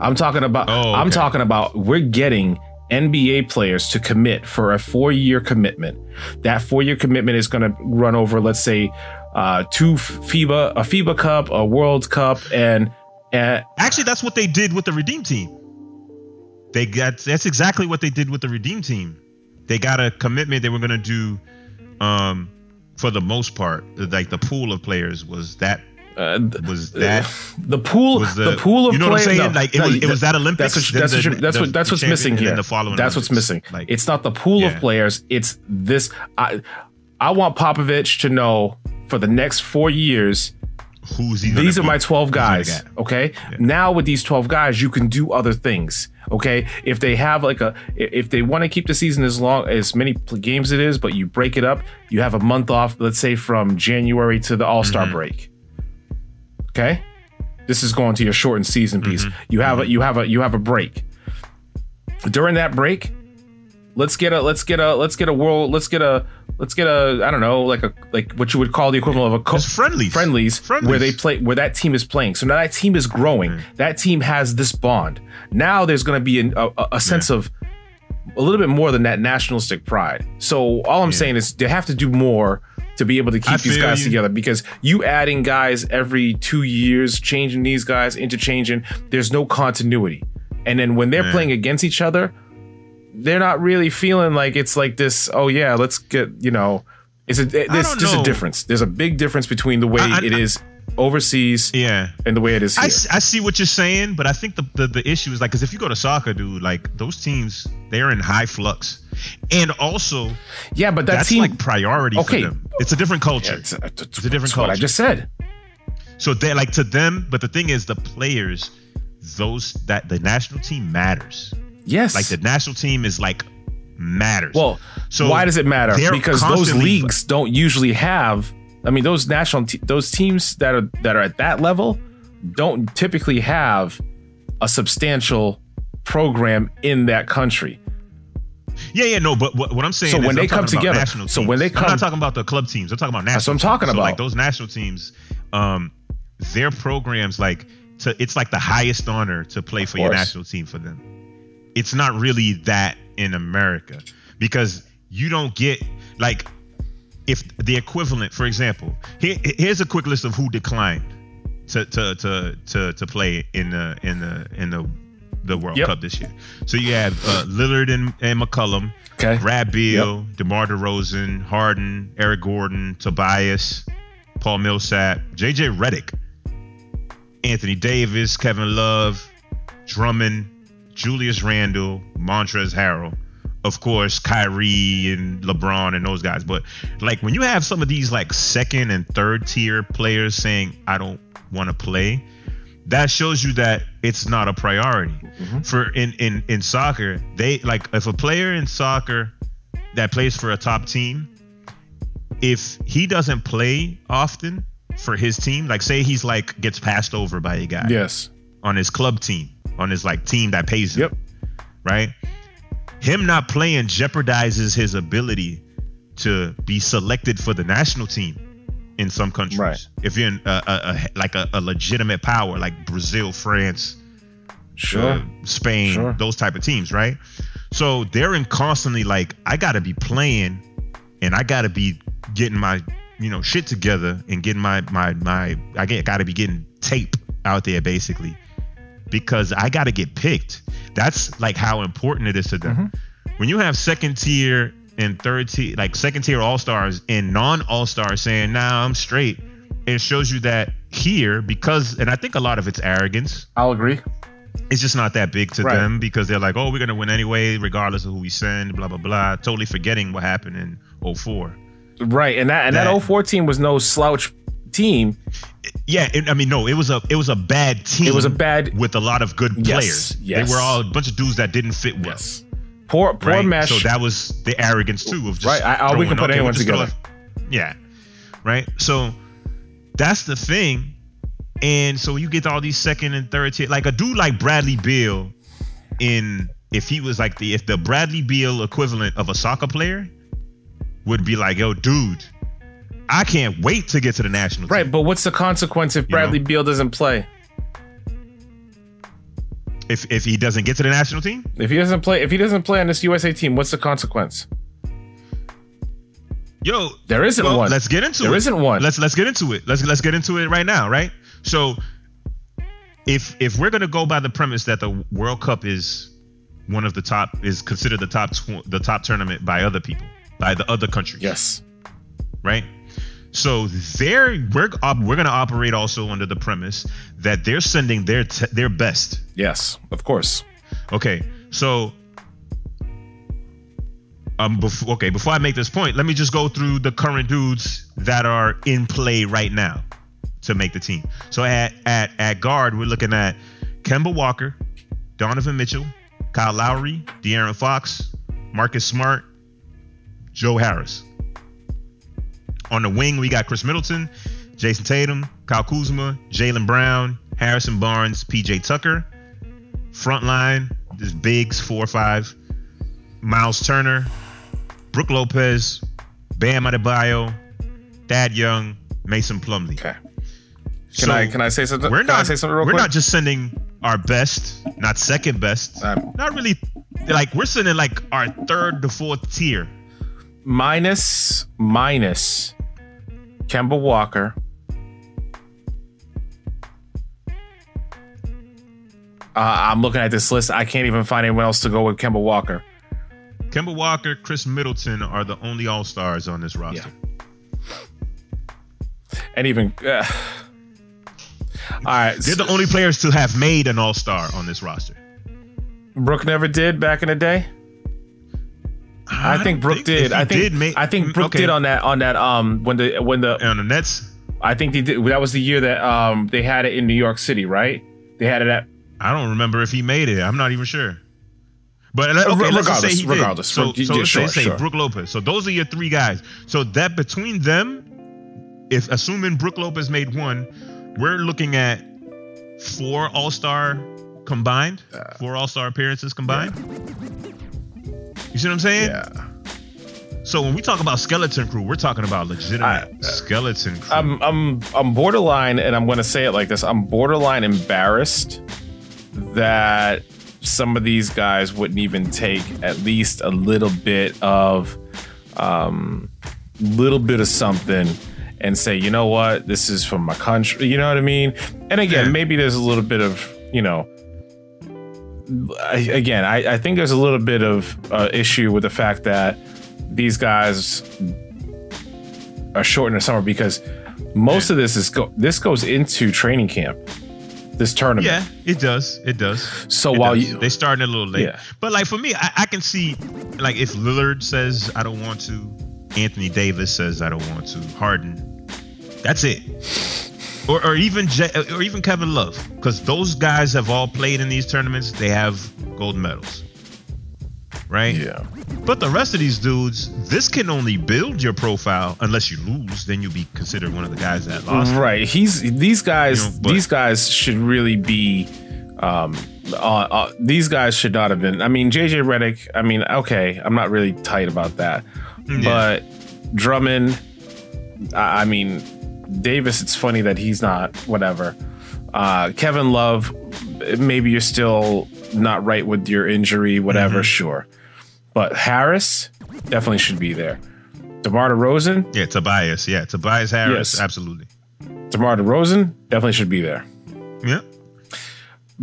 I'm talking about.
Oh,
I'm
okay.
talking about. We're getting NBA players to commit for a four-year commitment. That four-year commitment is going to run over, let's say, uh, two FIBA, a FIBA Cup, a World Cup, and and
Actually, that's what they did with the Redeem team. They got that's exactly what they did with the Redeem team. They got a commitment they were gonna do. Um, for the most part, like the pool of players was that
uh, th-
was
<laughs>
that
the pool,
was
the, pool of
you know
players.
what I'm saying?
no,
like it
no,
was it was that Olympics.
That's what,
then
that's, what
the-
you- that's what
the-
that's
the
what's
champion,
missing
and
here.
then the following
that's what's
Olympics.
missing.
Like
it's not the pool of
yeah.
players. It's this. I I want Popovich to know for the next four years.
who's he gonna
These are
be?
my twelve
Who's
guys.
he gonna
Okay. Now with these twelve guys, you can do other things. Okay. If they have like a, i- if they want to keep the season as long as many pl- games it is, but you break it up, you have a month off. Let's say from January to the All
Mm-hmm.
Star break. Okay. This is going to your shortened season piece.
Mm-hmm.
You have a you have a you have a break. During that break, let's get a let's get a let's get a world let's get a let's get a I don't know like a like what you would call the equivalent of a co-
It's friendlies.
friendlies,
Friendlies.
where they play where that team is playing. So now that team is growing. That team has this bond. Now there's going to be an, a, a- a sense of a little bit more than that nationalistic pride. So all I'm saying is they have to do more to be able to keep
I
these
feel
guys
you.
together because you adding guys every 2 years, changing these guys, interchanging, there's no continuity. And then when they're
Yeah.
playing against each other, they're not really feeling like it's like this, oh yeah, let's get, you know, it's a there's
don't
just a
know.
difference. There's a big difference between the way
I- I-
it is overseas
Yeah.
and the way it is
I,
here.
s- I see what you're saying, but I think the, the, the issue is like, because if you go to soccer, dude, like those teams, they're in high flux. And also,
yeah, but that
that's
team
like priority
Okay.
for them. It's a different culture.
it's, uh, it's
a different
it's what I
culture.
just said.
so they like to them, but the thing is, the players, those that the national team matters.
Yes.
Like the national team is like matters.
Well,
So
why does it matter?
they're
Because those
constantly-
leagues don't usually have I mean, those national te- those teams that are that are at that level don't typically have a substantial program in that country.
Yeah, yeah, no, but what, what I'm saying
So
is
when
I'm
they
talking
come
about
together-
national
so
teams.
when they
I'm
come-
not talking about the club teams. I'm talking about national.
That's what I'm talking
teams. So, like
about.
those national teams, um, their programs like to it's like the highest honor to play for your
course.
national team for them. It's not really that in America because you don't get like if the equivalent, for example, here, here's a quick list of who declined to to to to, to play in the in the in the the World
Yep.
Cup this year. So you have uh, Lillard and, and McCullum,
Okay.
Brad Beal, DeMar DeRozan, Harden, Eric Gordon, Tobias, Paul Millsap, JJ Redick, Anthony Davis, Kevin Love, Drummond, Julius Randle, Montrez Harrell, of course, Kyrie and LeBron and those guys. But like when you have some of these like second and third tier players saying, I don't want to play, that shows you that it's not a priority. For in, in in soccer, they like if a player in soccer that plays for a top team, if he doesn't play often for his team, like say he's like gets passed over by a guy
Yes.
on his club team, on his like team that pays him.
Yep.
Right? Him not playing jeopardizes his ability to be selected for the national team in some countries.
Right.
If you're in a, a, a like a, a legitimate power like Brazil, France,
Sure.
uh, Spain,
Sure.
those type of teams, right? So they're in constantly like, I gotta be playing and I gotta be getting my, you know, shit together and getting my my my I get gotta be getting tape out there basically. Because I gotta get picked. That's like how important it is to them.
Mm-hmm.
When you have second tier and third tier like second tier all stars and non all stars saying, nah, I'm straight, it shows you that here, because and I think a lot of it's arrogance
I'll agree.
it's just not that big to
Right.
them because they're like, oh, we're gonna win anyway, regardless of who we send, blah blah blah. Totally forgetting what happened in 04.
Right. And that and that,
That-
04 team was no slouch team.
Yeah, it, I mean, no, it was a it was a bad team.
It was a bad
with a lot of good
Yes,
players.
yes.
They were all a bunch of dudes that didn't fit well.
Yes. Poor poor
right?
match.
So that was the arrogance too of just
Right, I- I- we
throwing,
can put
okay, we'll
anyone
just throw
together.
it- yeah, right. So that's the thing, and so you get all these second and third tier, like a dude like Bradley Beal, in if he was like the if the Bradley Beal equivalent of a soccer player would be like, yo, dude, I can't wait to get to the national.
right,
team.
but what's the consequence if
You know?
Bradley Beal doesn't play?
If if he doesn't get to the national team,
If he doesn't play if he doesn't play on this USA team, what's the consequence?
yo,
There isn't
Well,
one.
Let's get into it.
There isn't one.
Let's let's get into it. Let's let's get into it right now, right? So if if we're gonna go by the premise that the World Cup is one of the top is considered the top tw- the top tournament by other people by the other countries,
yes.
right? So they're we're op- we're gonna operate also under the premise that they're sending their t- their best.
Yes. Of course.
Okay, so um, before, okay, before I make this point, let me just go through the current dudes that are in play right now to make the team. So at at at guard, we're looking at Kemba Walker, Donovan Mitchell, Kyle Lowry, De'Aaron Fox, Marcus Smart, Joe Harris. On the wing, we got Chris Middleton, Jason Tatum, Kyle Kuzma, Jalen Brown, Harrison Barnes, PJ Tucker. Front line, this Biggs four or five, Miles Turner, Brooke Lopez, Bam Adebayo, Thad Young, Mason Plumlee.
Okay. Can I can I say something?
We're
can I
not.
say something real
we're
quick?
not just sending our best, not second best,
Um,
not really. Like we're sending like our third to fourth tier.
minus minus Kemba Walker. Uh, I'm looking at this list. I can't even find anyone else to go with Kemba Walker.
Kemba Walker, Chris Middleton are the only All Stars on this roster.
And even <sighs> uh, all right,
They're the only players to have made an All Star on this roster.
Brooke never did back in the day. I,
don't
think Brooke
if
did.
he
I think
make- Mm,
I think Brooke
okay.
did on that on that um when the when the
on the Nets.
I think they did that was the year that um they had it in New York City, right? They had it at
I don't remember if he made it. I'm not even sure. But let,
Uh,
okay,
re-
let's just say
regardless, regardless.
he did. So,
Re-
so
yeah,
let's
sure,
say, say
sure.
Brooke Lopez. So those are your three guys. So that between them if assuming Brooke Lopez made one, we're looking at four All Star combined, four All Star appearances combined. You see what I'm saying?
Uh, Yeah.
So when we talk about skeleton crew, we're talking about legitimate
I- uh,
skeleton crew.
I'm I'm I'm borderline, and I'm going to say it like this: I'm borderline embarrassed that some of these guys wouldn't even take at least a little bit of, um, little bit of something, and say, you know what, this is from my country. You know what I mean? And again,
Yeah.
maybe there's a little bit of you know. I, again, I, I think there's a little bit of uh, issue with the fact that these guys are short in the summer because most of this is go- this goes into training camp, this tournament.
yeah, it does. It does.
So
It
while
does.
you,
they starting a little late,
Yeah.
but like for me, I, I can see like if Lillard says I don't want to, Anthony Davis says I don't want to, Harden, that's it, or or even J, or even Kevin Love, because those guys have all played in these tournaments. They have gold medals, right?
yeah,
But the rest of these dudes, this can only build your profile unless you lose. Then you'll be considered one of the guys that lost.
right. He's these guys.
You know, but-
these guys should really be. Um, uh, uh, these guys should not have been. I mean, JJ Redick. I mean, okay, I'm not really tight about that, but Drummond. I, I mean, Davis. It's funny that he's not. Whatever. Uh, Kevin Love. Maybe you're still not right with your injury. Whatever.
Mm-hmm.
Sure. But Harris definitely should be there. DeMar DeRozan,
yeah, Tobias. Yeah, Tobias Harris.
Mm-hmm. Yes.
Absolutely.
DeMar DeRozan definitely should be there.
Yeah.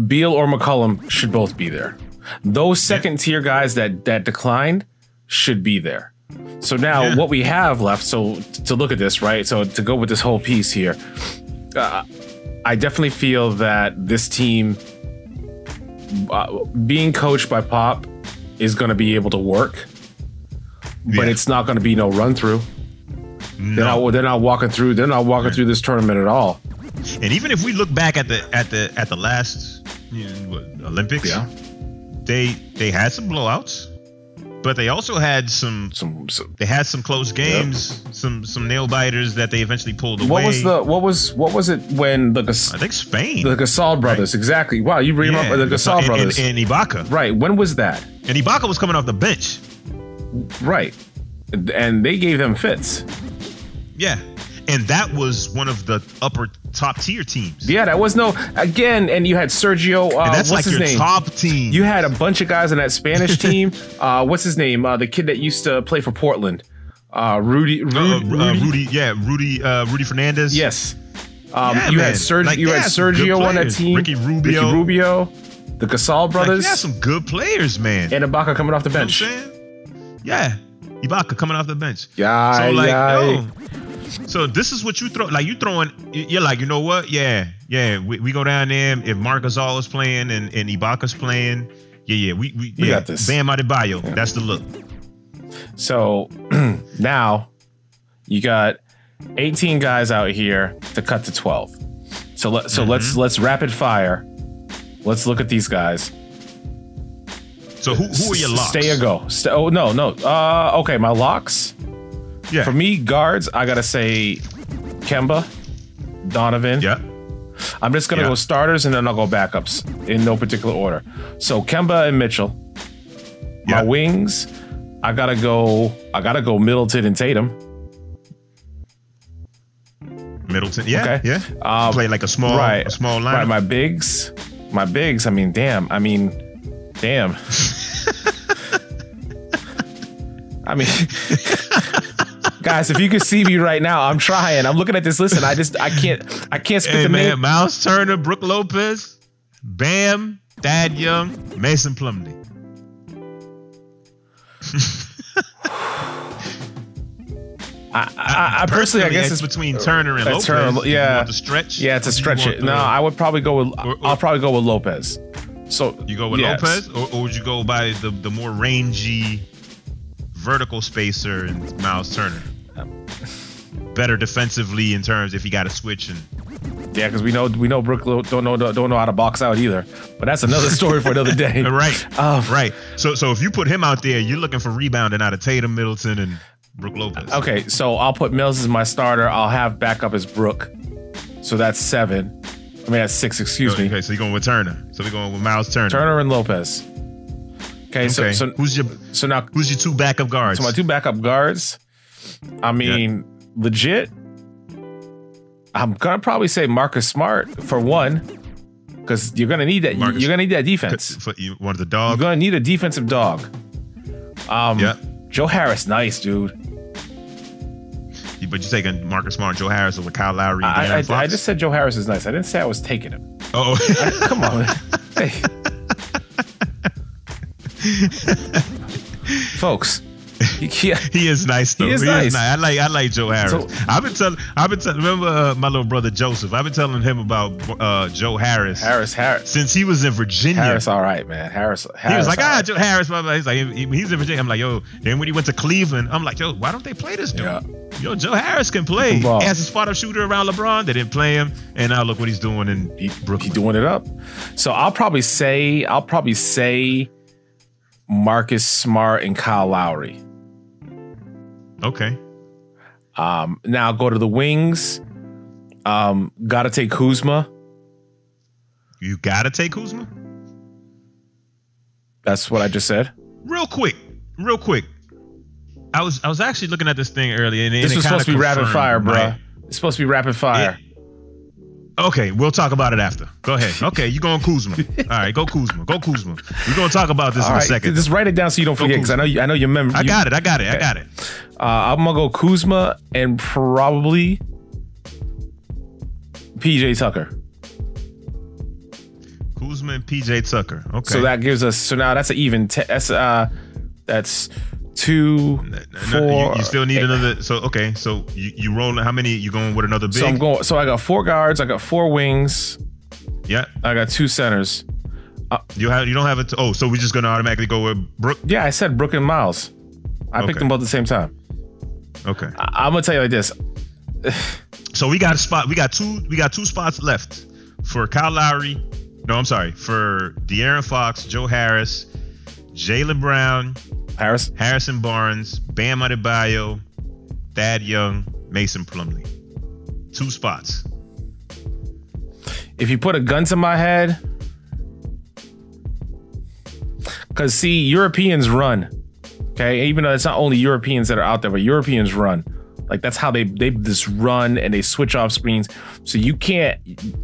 Beal or McCollum should both be there. Those second tier guys that that declined should be there. So now
Yeah.
what we have left, so to look at this, right? So to go with this whole piece here, uh, I definitely feel that this team uh, being coached by Pop is going to be able to work, but
Yeah.
it's not going to be no run through. They're
No.
not. They're not walking through. They're not walking through this tournament at all.
And even if we look back at the at the at the last you know, what, Olympics,
Yeah.
they they had some blowouts, but they also had some
Some. some
they had some close games, some some nail biters that they eventually pulled away.
what was the? What was? What was it when the Gas-
I think Spain.
the Gasol brothers? Exactly. Wow, you bring
Yeah,
up the
Gasol-
Gasol
and,
brothers.
and, and Ibaka.
right. When was that?
And Ibaka was coming off the bench.
Right. And they gave them fits.
Yeah. And that was one of the upper top tier teams.
Yeah, that was no again. And you had Sergio. Uh,
And that's
what's
like
his
your
name?
top team.
You had a bunch of guys on that
<laughs>
Spanish team. Uh, what's his name? Uh, the kid that used to play for Portland. Uh, Rudy. Rudy,
uh, uh,
Rudy.
Rudy. yeah, Rudy, uh, Rudy Fernandez.
Yes. Um,
Yeah,
you
man.
had Sergio.
Like,
you
they
had
had some good
Sergio on that
players.
team.
Ricky Rubio.
Ricky Rubio. The Gasol
Like,
brothers.
you had some good players, man.
and Ibaka coming off the bench.
You know what I'm saying? Yeah. Ibaka coming off the bench.
Yeah.
So like,
yeah.
yo, so this is what you throw. Like you throwing, you're like, you know what? Yeah, yeah. We, we go down there. If Marc Gasol is playing and, and Ibaka's playing, yeah, yeah. We we,
We
yeah.
got this.
Bam Adebayo. That's the look.
So <clears throat> now you got 18 guys out here to cut to 12. So let
Mm-hmm.
so let's let's rapid fire. Let's look at these guys.
So who who are your
S-
locks?
Stay or go. St- oh no no. Uh, okay, my locks.
Yeah.
For me, guards. I gotta say, Kemba, Donovan.
Yeah.
I'm just gonna
Yeah.
go starters and then I'll go backups in no particular order. So Kemba and Mitchell.
Yeah.
My wings, I gotta go. I gotta go Middleton and Tatum.
Middleton. Yeah.
Okay.
Yeah.
Um,
Play like a small
right.
a small
Right,
line.
my bigs, my bigs. I mean, damn. I mean,
<laughs>
damn. I mean, guys, if you could see me right now, I'm trying. I'm looking at this list, and I just I can't I can't spit
Hey
the
man,
name.
Miles Turner, Brooke Lopez, Bam, Thad Young, Mason Plumlee.
I, I, I personally, I guess it's
it's between Turner and
uh,
Lopez.
Turner,
Do you
yeah.
want to stretch.
yeah, it's a
Or do you
stretch.
want
It. No,
the-
I would probably go with
Or- or-
I'll probably go with Lopez. So
You go with
yes.
Lopez, or, or would you go by the, the more rangy vertical spacer and Miles Turner?
Um.
Better defensively in terms if he got a switch and
Yeah, because we know we know Brook Lo- don't know don't know how to box out either. But that's another story for another day.
<laughs>
<laughs>
uh, right,
Um,
right. So so if you put him out there, you're looking for rebounding out of Tatum, Middleton, and Brooke Lopez.
Okay, so I'll put Mills as my starter. I'll have backup as Brooke. So that's seven. I mean, that's six, excuse
okay,
me.
so you're going with Turner. So we're going with Miles Turner.
Turner and Lopez. Okay, so,
Okay.
so,
who's your
so now
who's your two backup guards?
So my two backup guards, I mean, legit, I'm gonna probably say Marcus Smart for one, because you're gonna need that.
Marcus-
You're gonna need that defense.
For, you wanted the
You're
dog.
gonna need a defensive dog. Um,
Yeah.
Joe Harris, nice dude.
You- But you're taking Marcus Smart, Joe Harris over Kyle Lowry. and
I,
De'Aaron
I, I
Fox?
just said Joe Harris is nice. I didn't say I was taking him.
Oh, <laughs>
I- come <laughs> on, hey, folks. You can't.
he is nice though.
He is nice.
I like I like Joe Harris.
So-
I've been telling I've been telling remember uh, my little brother Joseph. I've been telling him about uh, Joe Harris,
Harris, Harris,
since he was in Virginia.
Harris. All right, man. Harris. Harris
he was like,
all
ah,
right.
Joe Harris. Blah, blah. He's like, he- he's in Virginia. I'm like, yo. Then when he went to Cleveland, I'm like, yo, why don't they play this dude?
Yeah.
Yo, Joe Harris can play.
He can ball.
As a spot up shooter around LeBron, they didn't play him, and now look what he's doing in
he, he
Brooklyn.
doing it up. So I'll probably say I'll probably say Marcus Smart and Kyle Lowry.
okay,
Um, now go to the wings. Um, gotta take Kuzma.
you gotta take Kuzma.
That's what I just said.
Real quick, real quick. I was I was actually looking at this thing earlier, and,
This
and it
was supposed to
kinda
be rapid
confirmed
fire, bruh.
my-
It's supposed to be rapid fire.
Okay, we'll talk about it after. Go ahead. Okay, you
<laughs>
going Kuzma? All right, go Kuzma. Go Kuzma. We're gonna talk about this
All
in a
right,
second.
just write it down so you don't forget because I know you, I know your memory.
I got it. I got it. I got it.
Uh, I'm gonna go Kuzma and probably PJ Tucker.
Kuzma and PJ Tucker. Okay.
So that gives us so now that's an even te- that's uh that's two
No, no,
four.
you, you still need another. So okay. So you you rolling? How many? You going with another big?
so I'm going. So I got four guards. I got four wings.
yeah.
I got two centers.
You have you don't have it. Oh, so we're just gonna automatically go with Brook.
Yeah, I said Brook and Miles. I picked
Okay.
them both at the same time.
Okay.
I- I'm gonna tell you like this.
So we got a spot. We got two. We got two spots left for Kyle Lowry. No, I'm sorry. For De'Aaron Fox, Joe Harris, Jalen Brown,
Harris.
Harrison Barnes, Bam Adebayo, Thad Young, Mason Plumley. Two spots.
If you put a gun to my head, because see, Europeans run. Okay, even though it's not only Europeans that are out there, but Europeans run. Like that's how they they just run and they switch off screens. So you can't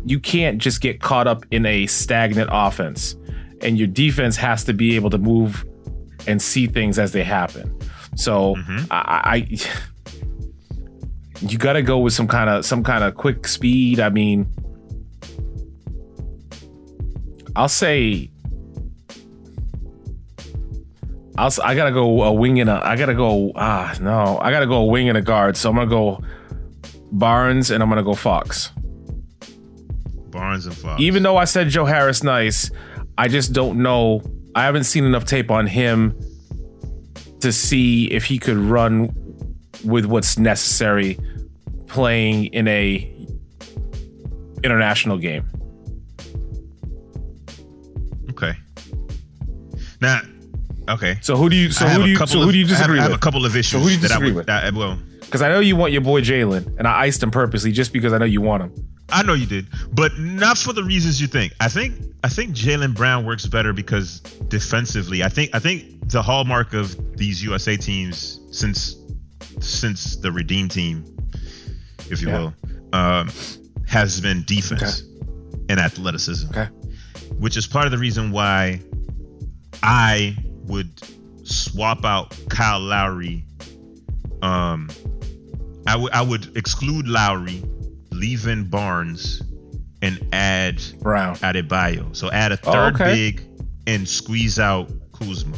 you can't just get caught up in a stagnant offense, and your defense has to be able to move and see things as they happen. So
Mhm.
I, <sighs> I you got to go with some kind of some kind of quick speed. I mean, I'll say I'll, si gotta go a wing and a. I gotta go. Ah, no, I gotta go a wing and a guard. So I'm gonna go Barnes and I'm gonna go Fox.
Barnes and Fox.
Even though I said Joe Harris nice, I just don't know. I haven't seen enough tape on him to see if he could run with what's necessary playing in a international game.
Okay. Now, okay.
So who do you? So
I have
who
a
do you?
couple
So
of-
who do you
I have-
disagree
I have,
with?
a couple of issues
who do you disagree
that I would.
with?
That, I- well,
Because I know you want your boy Jalen, and I iced him purposely just because I know you want him.
I know you did, but not for the reasons you think. I think I think Jalen Brown works better because defensively. I think I think the hallmark of these USA teams since since the Redeem team, if you
Yeah.
will, um, has been defense and athleticism,
Okay.
which is part of the reason why I would swap out Kyle Lowry. Um, I would I would exclude Lowry, leave in Barnes, and add
Brown.
Adebayo. So add a
Oh,
third
okay.
big and squeeze out Kuzma.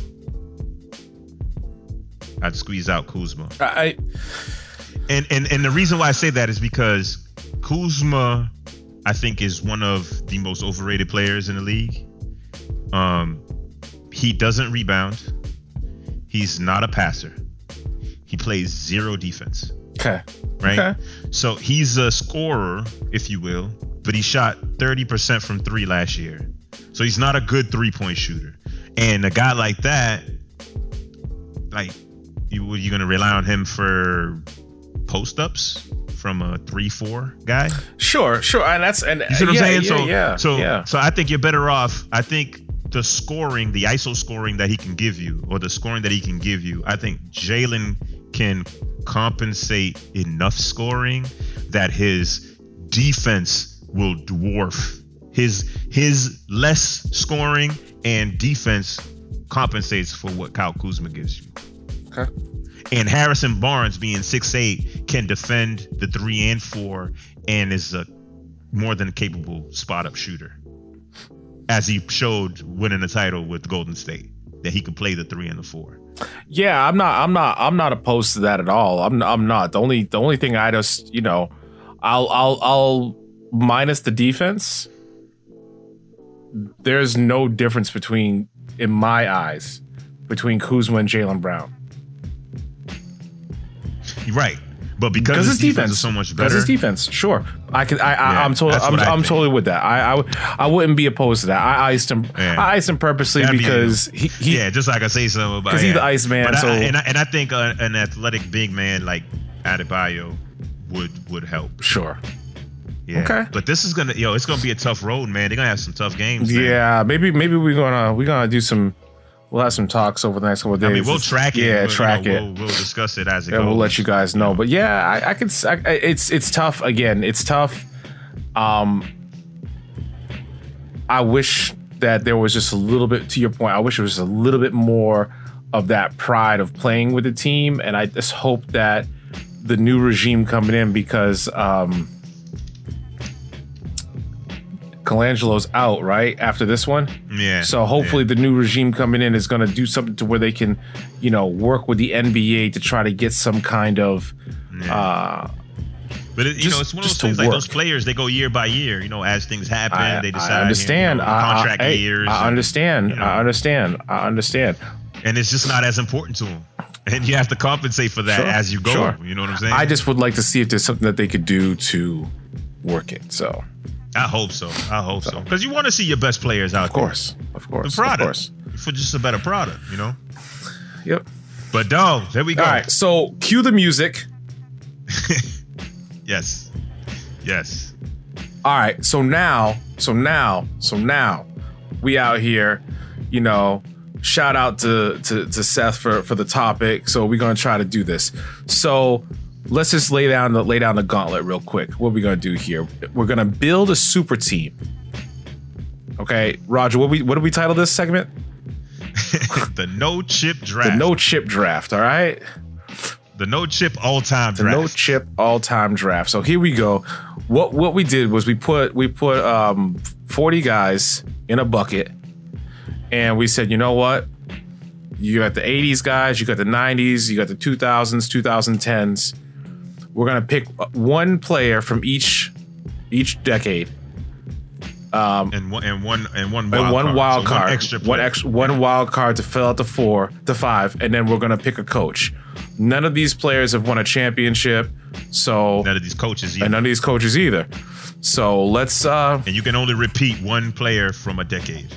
I'd squeeze out Kuzma.
I,
And and and the reason why I say that is because Kuzma, I think, is one of the most overrated players in the league. Um, he doesn't rebound. He's not a passer. He plays zero defense.
okay.
Right.
Okay.
So he's a scorer, if you will, but he shot 30% from three last year. So he's not a good three point shooter. And a guy like that, like you were you gonna rely on him for post ups from a three four guy?
Sure, sure. And that's and
You see what
yeah,
I'm saying?
yeah,
so
yeah,
so
yeah.
so I think you're better off. I think the scoring, the ISO scoring that he can give you, or the scoring that he can give you, I think Jalen can compensate enough scoring that his defense will dwarf his his less scoring and defense compensates for what Kyle Kuzma gives you.
Okay.
And Harrison Barnes being 6'8 can defend the three and four and is a more than capable spot up shooter. As he showed winning the title with Golden State, that he could play the three and the four.
Yeah, I'm not I'm not I'm not opposed to that at all. I'm I'm not. The only the only thing I just, you know, I'll I'll I'll minus the defense. There's no difference between in my eyes between Kuzma and Jalen Brown.
You're right. But because
Because
his
it's
defense,
defense
is so much
Because
better.
it's defense. Sure, I can. I, I
Yeah,
I'm totally.
that's
I'm,
what I
I'm
think.
totally with that. I I, would- I wouldn't be opposed to that. I iced him.
Yeah.
I iced him purposely
That'd be-
because he, he
yeah, just like I say something about
'Cause he the ice man,
But I-
so-
I, and I, and I think uh, an athletic big man like Adebayo would would help.
Sure.
Yeah.
Okay.
But this is gonna yo, it's gonna be a tough road, man. They're gonna have some tough games. man.
Yeah, maybe maybe we're gonna we're gonna do some. We'll have some talks over the next couple of days.
I mean, we'll track it.
Yeah,
We'll- you
track
know,
it.
We'll, we'll discuss it as it
and
goes.
we'll let you guys know. But yeah, I, I could. s- I- I- it's it's tough again. It's tough. Um, I wish that there was just a little bit. To your point, I wish there was a little bit more of that pride of playing with the team, and I just hope that the new regime coming in because um, Colangelo's out right after this one.
Yeah.
So hopefully the new regime coming in is going to do something to where they can, you know, work with the NBA to try to get some kind of.
Yeah.
Uh,
But it, you
just-
know, it's one of those
just to
things like
work.
those players. They go year by year. You know, as things happen,
I,
they
I
decide.
understand.
You know,
I, I-
contract
hey,
years,
I
and,
understand.
you know.
I understand. I understand.
and it's just not as important to them. And you have to compensate for that
Sure,
as you go.
sure.
You know what I'm saying?
I just would like to see if there's something that they could do to work it. So
I hope so. I hope so. Because you want to see your best players out
of course, of
there.
course,
The
of
product
course.
for just a better product. You know.
Yep.
But no, there we go.
All right. So cue the music.
Yes. Yes. <laughs>
all right so now so now so now we out here you know shout out to to, to seth for for the topic so we're gonna try to do this so let's just lay down the lay down the gauntlet real quick what are we gonna do here we're gonna build a super team okay roger what we what do we title this segment
the no chip
the
draft.
no chip draft all right
The no chip all time
the
draft.
no chip all time draft. So here we go. What what we did was we put we put um 40 guys in a bucket and we said, you know what? You got the 80s guys, you got the 90s, you got the 2000s, 2010s. We're going to pick uh, one player from each each decade
and one and one and one wild
and one
card.
wild
So
card,
one extra
one
player.
extra, one wild card to fill out the four, the five, and then we're gonna pick a coach. None of these players have won a championship, so
None of these coaches
and
either. And,
none of these coaches either. So let's uh
you can only repeat one player from a decade.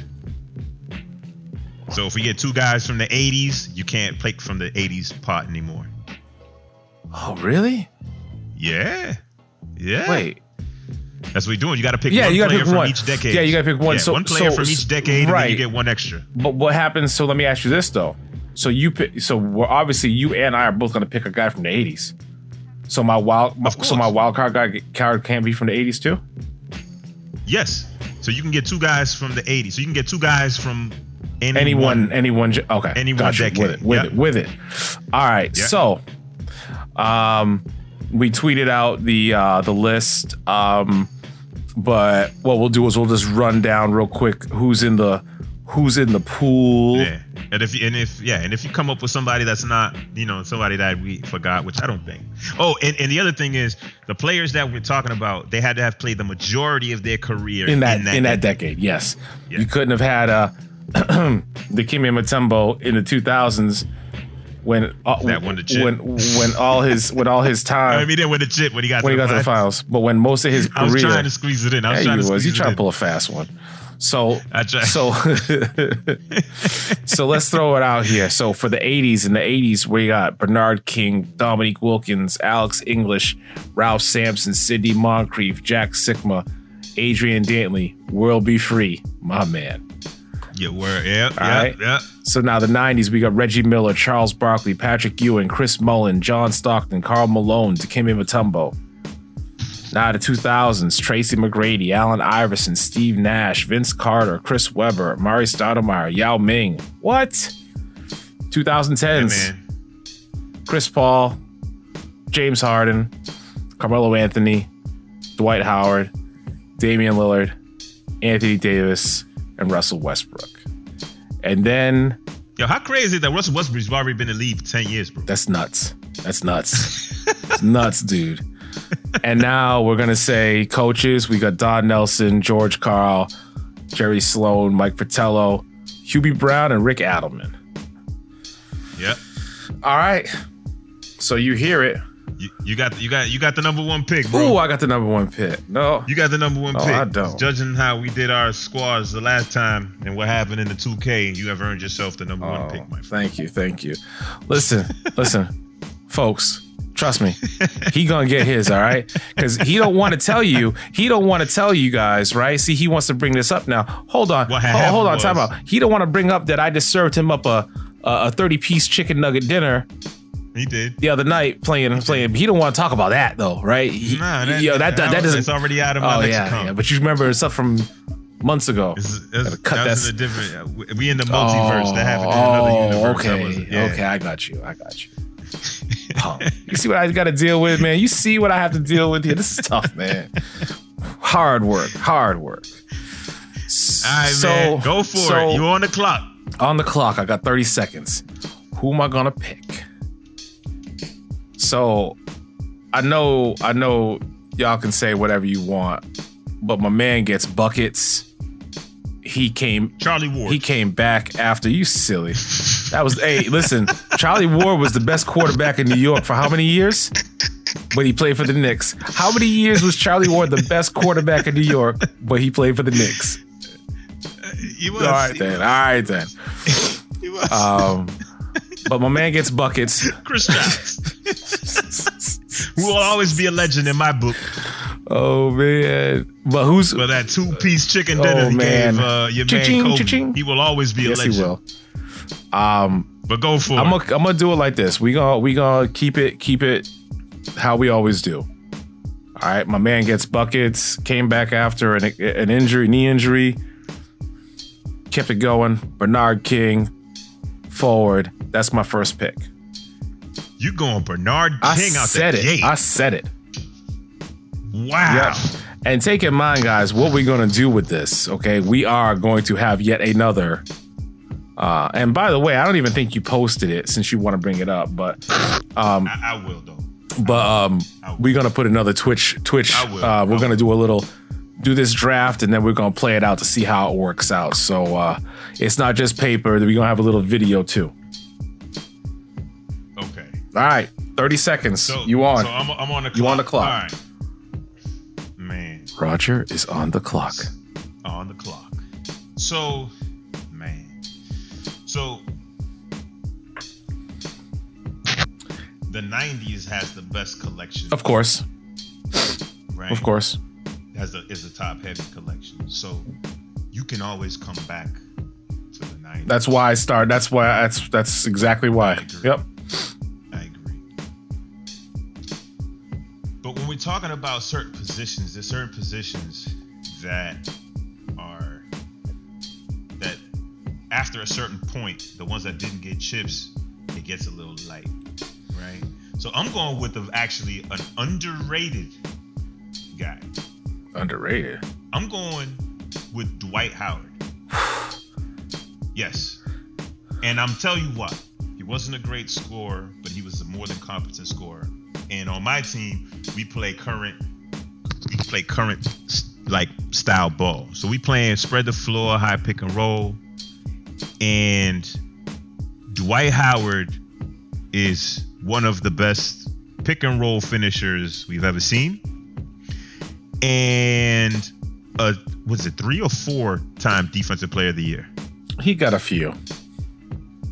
So if we get two guys from the 80s, you can't play from the 80s pot anymore.
Oh really?
Yeah. Yeah.
Wait.
That's what we're doing. You got to pick
Yeah,
one
you gotta
player
pick
from
one.
each decade.
Yeah, you gotta pick one. So-
one player
so-
from each decade, and
right.
then you get one extra.
But what happens? So let me ask you this though. So you pick so we're obviously you and I are both gonna pick a guy from the eighties. So my wild my,
Of course.
so my wild card guy card can't be from the eighties too?
Yes. So you can get two guys from the 80s. So you can get two guys from any
Anyone
one-
anyone j- okay.
Any one
gotcha.
decade.
With it, with it,
Yep.
with it. All right.
Yeah.
So um we tweeted out the uh the list. Um but what we'll do is we'll just run down real quick who's in the who's in the pool.
Yeah, and if you and if yeah, and if you come up with somebody that's not you know somebody that we forgot, which I don't think. Oh, and, and the other thing is the players that we're talking about, they had to have played the majority of their career
in that in that, decade. Yes,
Yeah.
you couldn't have had uh, <clears throat> the Kimi Mutombo in the two thousands when uh,
That won the chip.
when when all his when all his time
<laughs> I mean, he didn't win the chip when he got
when he
to
got
the
to the
finals.
finals, but when most of his
I was
career
trying to squeeze it in. I was
yeah,
trying
he
to
was
<laughs> squeeze
he
it
trying to
in.
pull a fast one. So
I try.
so <laughs> so let's throw it out here. So for the 80s, in the 80s, we got Bernard King, Dominique Wilkins, Alex English, Ralph Sampson, Sidney Moncrief, Jack Sigma, Adrian Dantley, World Be Free, my man.
you were. Yep. Yep.
right.
Yep.
So now the 90s, we got Reggie Miller, Charles Barkley, Patrick Ewing, Chris Mullen, John Stockton, Carl Malone, Dikembe Mutombo. Now the 2000s, Tracy McGrady, Allen Iverson, Steve Nash, Vince Carter, Chris Webber, Murray Stoudemire, Yao Ming. What?
Hey,
2010s,
man.
Chris Paul, James Harden, Carmelo Anthony, Dwight Howard, Damian Lillard, Anthony Davis, and Russell Westbrook. And then
Yo, how crazy that Russell Westbrook's already been in the league for 10 years, bro.
That's nuts. That's nuts. It's nuts, dude. And now we're gonna say coaches. We got Don Nelson, George Carl, Jerry Sloan, Mike Fratello, Hubie Brown, and Rick Adelman.
Yep.
All right. So you hear it.
You, you got you got you got the number one pick, bro.
Ooh, I got the number one pick. No.
You got the number one
No,
pick.
I don't.
Judging how we did our squads the last time and what happened in the 2K, you have earned yourself the number one
Oh,
pick, my friend.
thank you, thank you. Listen, listen, <laughs> folks. Trust me, he gonna get his, all right? Because he don't want to tell you. He don't want to tell you guys, right? See, he wants to bring this up now. Hold on,
What
Ho-
happened
hold on,
was-
time out. He don't want to bring up that I just served him up a a a thirty piece chicken nugget dinner
He did.
the other night playing playing. He don't want to talk about that though, right? He,
Nah,
yo, that that, that
It's
doesn't.
already out of my
Oh yeah,
lexicon.
yeah, but you remember stuff from months ago.
It's- it's-
cut
that was
that
in a different. We in the multiverse. that happened in
Oh,
another universe. That
Okay,
wasn't- yeah.
okay, I got you. I got
<laughs>
you. Punk. You see what I got to deal with, man. You see what I have to deal with here. This is tough, man. Hard work, hard work.
All right,
so,
man. Go for
so
it. You're on the clock.
on the clock. I got 30 seconds. Who am I gonna pick? So, I know, I know, y'all can say whatever you want, but my man gets buckets. He came
Charlie Ward.
he came back after you silly. That was hey, listen, Charlie Ward was the best quarterback in New York for how many years? But he played for the Knicks. How many years was Charlie Ward the best quarterback in New York? But he played for the Knicks.
he was.
All right
he
then. All
was-
right then.
He was.
Um, but my man gets buckets.
Chris Johnson. Who will always be a legend in my book.
Oh man. But who's
But that two piece chicken dinner
Oh,
he
man.
gave uh, your
Cha-ching,
man Kobe,
cha-ching.
he will always be a
Yes,
legend.
he will. Um
But go for
I'm
it.
gonna I'm gonna do it like this. We gonna we gonna keep it keep it how we always do. All right, my man gets buckets. Came back after an an injury, knee injury. Kept it going. Bernard King, forward. That's my first pick.
You going Bernard King
I
out
said
the
it.
gate?
I said it.
wow.
And take in mind, guys, what we're gonna do with this. Okay, we are going to have yet another. Uh, and by the way, I don't even think you posted it since you want to bring it up, but Um,
I, I will though.
but um we're gonna put another twitch twitch
I will.
uh
I
we're gonna do a little do this draft and then we're gonna play it out to see how it works out so uh it's not just paper we're gonna have a little video too
Okay.
all right 30 seconds
So
you on
So I'm, I'm on the clock.
You on the clock.
All right. Man,
roger is on the clock
on the clock. So, man. So the '90s has the best collection.
of course
right?
of course
has a is a top heavy collection. So you can always come back to the '90s.
that's why i start that's why that's that's exactly why yep
I agree. But when we're talking about certain positions, there's certain positions that are that after a certain point, the ones that didn't get chips, it gets a little light, right? So I'm going with the, actually an underrated guy.
underrated
I'm going with Dwight Howard. <sighs> yes. And I'm telling you what, he wasn't a great scorer, but he was a more than competent scorer. And on my team, we play current, we play current like style ball. So we playing spread the floor, high pick and roll, and Dwight Howard is one of the best pick and roll finishers we've ever seen. And a was it three or four time defensive player of the year,
He got a few.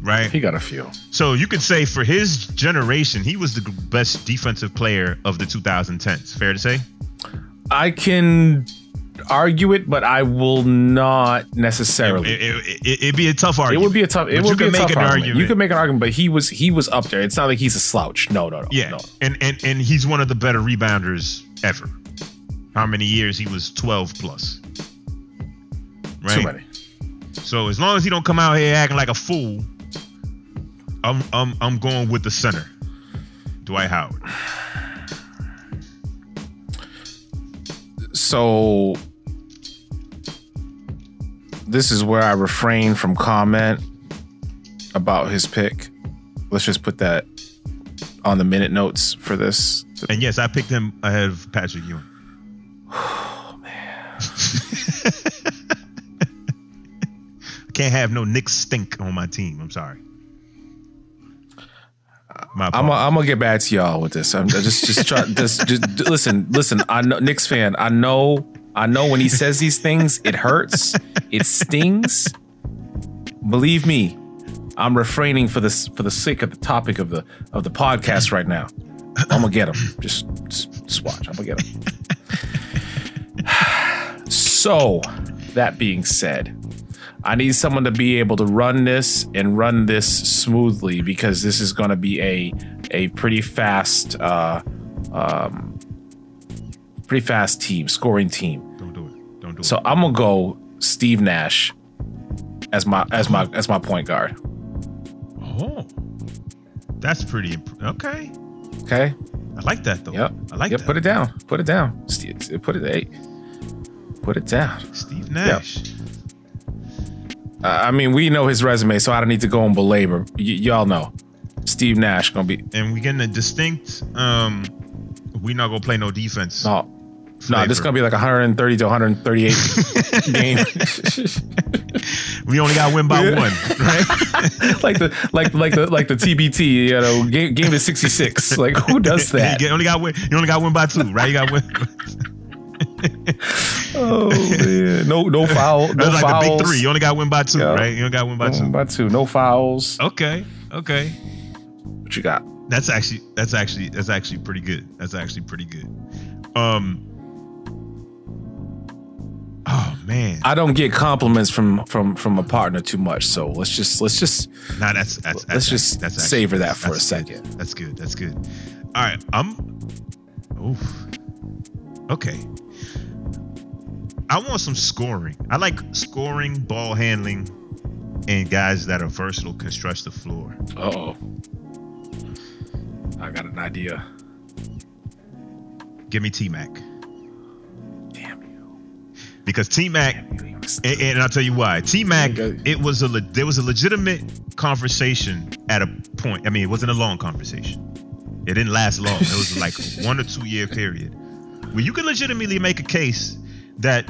right?
He got a few.
So you could say for his generation, he was the g- best defensive player of the 2010s. Fair to say?
I can argue it, but I will not necessarily. It,
It, it, it, it'd be a tough argument.
would be a tough. It
But
would
you
be
can
a
make
tough
an
argument.
argument.
You can make an argument, but he was he was up there. It's not like he's a slouch. No, no, no.
yeah,
no.
and and and he's one of the better rebounders ever. How many years he was 12 plus? Right.
too many.
So as long as he don't come out here acting like a fool, I'm I'm I'm going with the center, Dwight Howard.
So this is where I refrain from comment about his pick. Let's just put that on the minute notes for this.
And yes, I picked him ahead of Patrick Ewing. <sighs> Oh man. <laughs> Can't have no Nick stink on my team. I'm sorry. My
I'm
fault.
a, I'm gonna get back to y'all with this. I'm I just just try just, just d- listen listen. I know Knicks fan. I know I know when he says these things, it hurts, it stings. Believe me, I'm refraining for this for the sake of the topic of the of the podcast right now. I'm gonna get him. Just just, just watch. I'm gonna get him. <sighs> so that being said. I need someone to be able to run this and run this smoothly because this is going to be a a pretty fast, uh, um, pretty fast team scoring team.
don't do it. Don't do
So
it.
I'm gonna go Steve Nash as my as my as my point guard.
Oh. That's pretty imp- okay.
Okay.
I like that though.
Yep.
I like
yep.
that.
Put it down. Put it down. Steve, put it. Hey, put it down.
Steve Nash.
I I mean, we know his resume, so I don't need to go and belabor. Y- y'all know, Steve Nash gonna be
And we getting a distinct um we not gonna play no defense.
no. No, this is
flavor.
gonna be like 130 to
<laughs>
138 game. <laughs>
we only got to win by
Yeah.
one, right?
like the like like the like the TBT, you know, game, game is 66. Like who
<laughs>
does that?
You get- only got win. You only got win by two, right? You
<laughs>
got win.
Oh man. No no foul. No
That's like
fouls.
the big three. You only got win by two,
Yeah.
right? You only got win by
Mm,
two.
by two. No fouls.
Okay, okay.
What you got?
That's actually that's actually that's actually pretty good. That's actually pretty good. Um. Oh man,
I don't get compliments from from from a partner too much, so let's just let's just
nah, that's that's, that's
let's just
that's
savor that for a
that's good.
second.
That's good. That's good. All right, I'm. Oof. Okay. I want some scoring. I like scoring, ball handling, and guys that are versatile can stretch the floor.
Uh oh. I got an idea.
Give me T Mac.
Damn you.
because T Mac,
Damn you.
and, and I'll tell you why. T Mac,
Okay.
it was a le- there was a legitimate conversation at a point. I mean, it wasn't a long conversation. It didn't last long. It was
<laughs>
like one or two year period where you could legitimately make a case that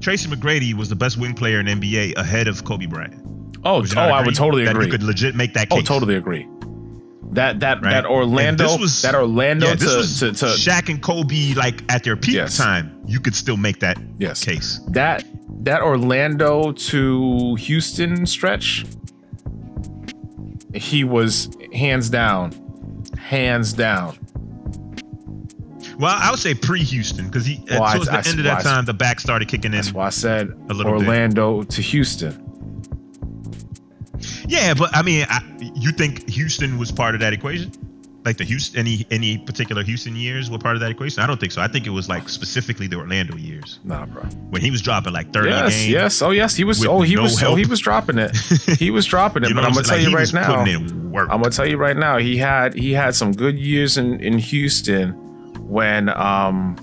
Tracy McGrady was the best wing player in NBA ahead of Kobe Bryant.
Oh,
you
oh,
not
I would totally
that
agree.
You could legit make that
Oh,
case.
totally agree. That that
Right?
that Orlando
And this was-
that Orlando
Yeah,
to,
this was
to to
Shaq and Kobe, like at their peak
Yes.
time, you could still make that
Yes.
case.
that that Orlando to Houston stretch. He was hands down, hands down.
Well, I would say pre-Houston because he uh,
Well, I-
towards the
I-
end of
well,
that
I-
time the back started kicking in.
That's why I said
A little bit.
Orlando to Houston.
Yeah, but I mean, I, you think Houston was part of that equation? Like the Houston, any any particular Houston years were part of that equation? I don't think so. I think it was like specifically the Orlando years
Nah, bro.
when he was dropping like thirty
Yes,
games.
yes. Oh, yes. He was.
with
Oh, he
no
was. Oh,
help.
he was dropping
<laughs>
it. He was dropping it.
You know
but I'm
what
gonna tell you
saying? Like,
right
he was
now.
putting in work.
I'm gonna tell you right now, he had he had some good years in in Houston when um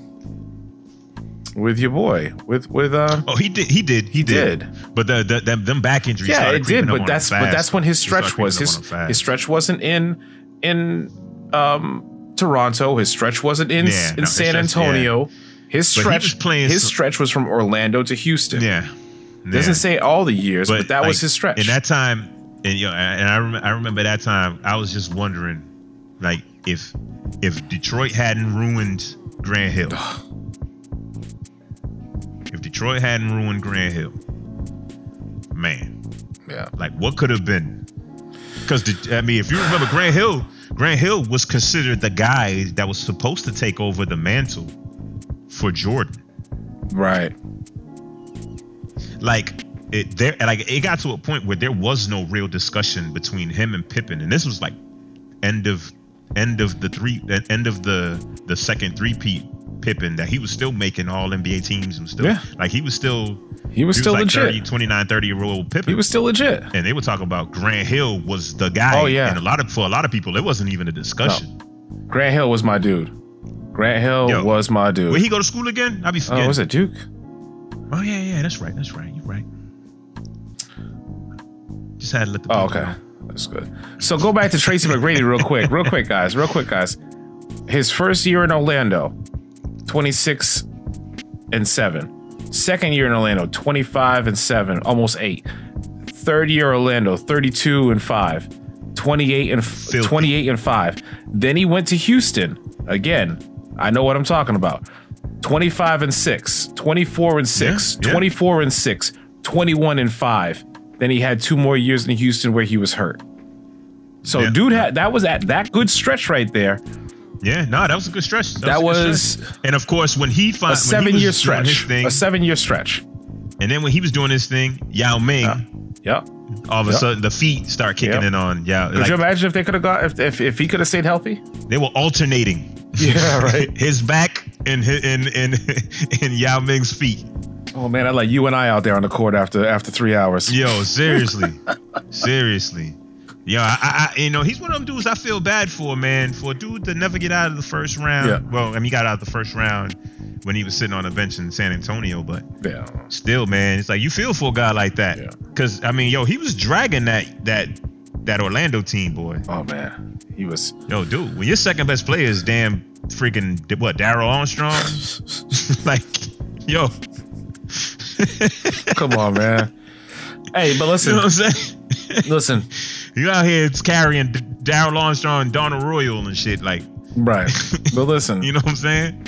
with your boy with with uh
oh, he did. He did. He, did. But the, the them, them back injuries.
yeah
Oh, started
it
creeping
did,
up on
but
him
that's but
fast.
that's when his
They started
stretch was
creeping
his
up on
his
him fast.
stretch wasn't in in um Toronto his stretch wasn't in
Yeah,
in
no, his
San
stretch-
Antonio his
But he
stretch
was playing
his
some-
stretch was from Orlando to Houston
Yeah.
doesn't
Yeah.
say all the years but, that was
like,
his stretch
In that time, and you know, and I, rem- I remember that time, I was just wondering, like, if if Detroit hadn't ruined Grand Hill, if Detroit hadn't ruined Grand Hill, man,
Yeah.
like what could have been? Because I mean, if you remember, Grand Hill, Grand Hill was considered the guy that was supposed to take over the mantle for Jordan.
Right.
like it there like it got to a point where there was no real discussion between him and Pippen and this was like end of end of the three the end of the the second three peat Pippen that he was still making all NBA teams and still
Yeah.
like he was still
He was still
like
legit.
30, 29 30 year old Pippen
He was still legit.
and they were talking about Grant Hill was the guy
Oh, yeah.
and a lot of for a lot of people it wasn't even a discussion
Grant Hill was my dude. Grant Hill
Yo.
was my dude.
where he go to school again I'll be
oh,
forgetting
was it Duke?
oh yeah yeah that's right that's right you're right just had to let the
Oh,
people
okay.
know.
That's good. So go back to Tracy McGrady real quick. Real quick, guys. Real quick, guys. His first year in Orlando, 26 and 7. Second year in Orlando, 25 and 7, almost 8. Third year Orlando, 32 and 5. 28 and f-
Filthy.
28 and 5. Then he went to Houston. Again, I know what I'm talking about. 25 and 6, 24 and 6,
Yeah, yeah.
24 and 6, 21 and 5. Then he had two more years in Houston where he was hurt. So
Yeah.
dude had that was at that good stretch right there.
Yeah, no, that was a good stretch.
That
a good
was
stretch. and of course when he
A
finally
seven year stretch.
thing,
A seven year stretch.
and then when he was doing his thing, Yao Ming,
Yep.
all of a
yeah.
sudden the feet start kicking
Yeah.
in on Yao.
Could
Like,
you imagine if they could have got if, if if he could have stayed
<laughs>
healthy?
they were alternating.
Yeah, right.
<laughs> his back and hi- and and <laughs> and Yao Ming's feet.
Oh man, I like you and I out there on the court after after three hours.
Yo,
<laughs>
seriously, seriously. Yo, I, I, I, you know, he's one of them dudes I feel bad for, man. For a dude to never get out of the first round.
Yeah.
Well, I mean, he got out of the first round when he was sitting on a bench in San Antonio, but
Yeah.
still, man, it's like you feel for a guy like that.
Yeah.
Cause I mean, yo, he was dragging that that that Orlando team, boy.
Oh man, he was.
Yo, dude, when your second best player is damn freaking what Daryl Armstrong, <laughs> like, yo,
Come on,
<laughs>
man. Hey, but
you know
listen,
what I'm saying? <laughs>
listen.
You out here it's carrying D- Daryl Armstrong and Donald Royal and shit, like, <laughs>
Right. But listen.
you know what I'm saying?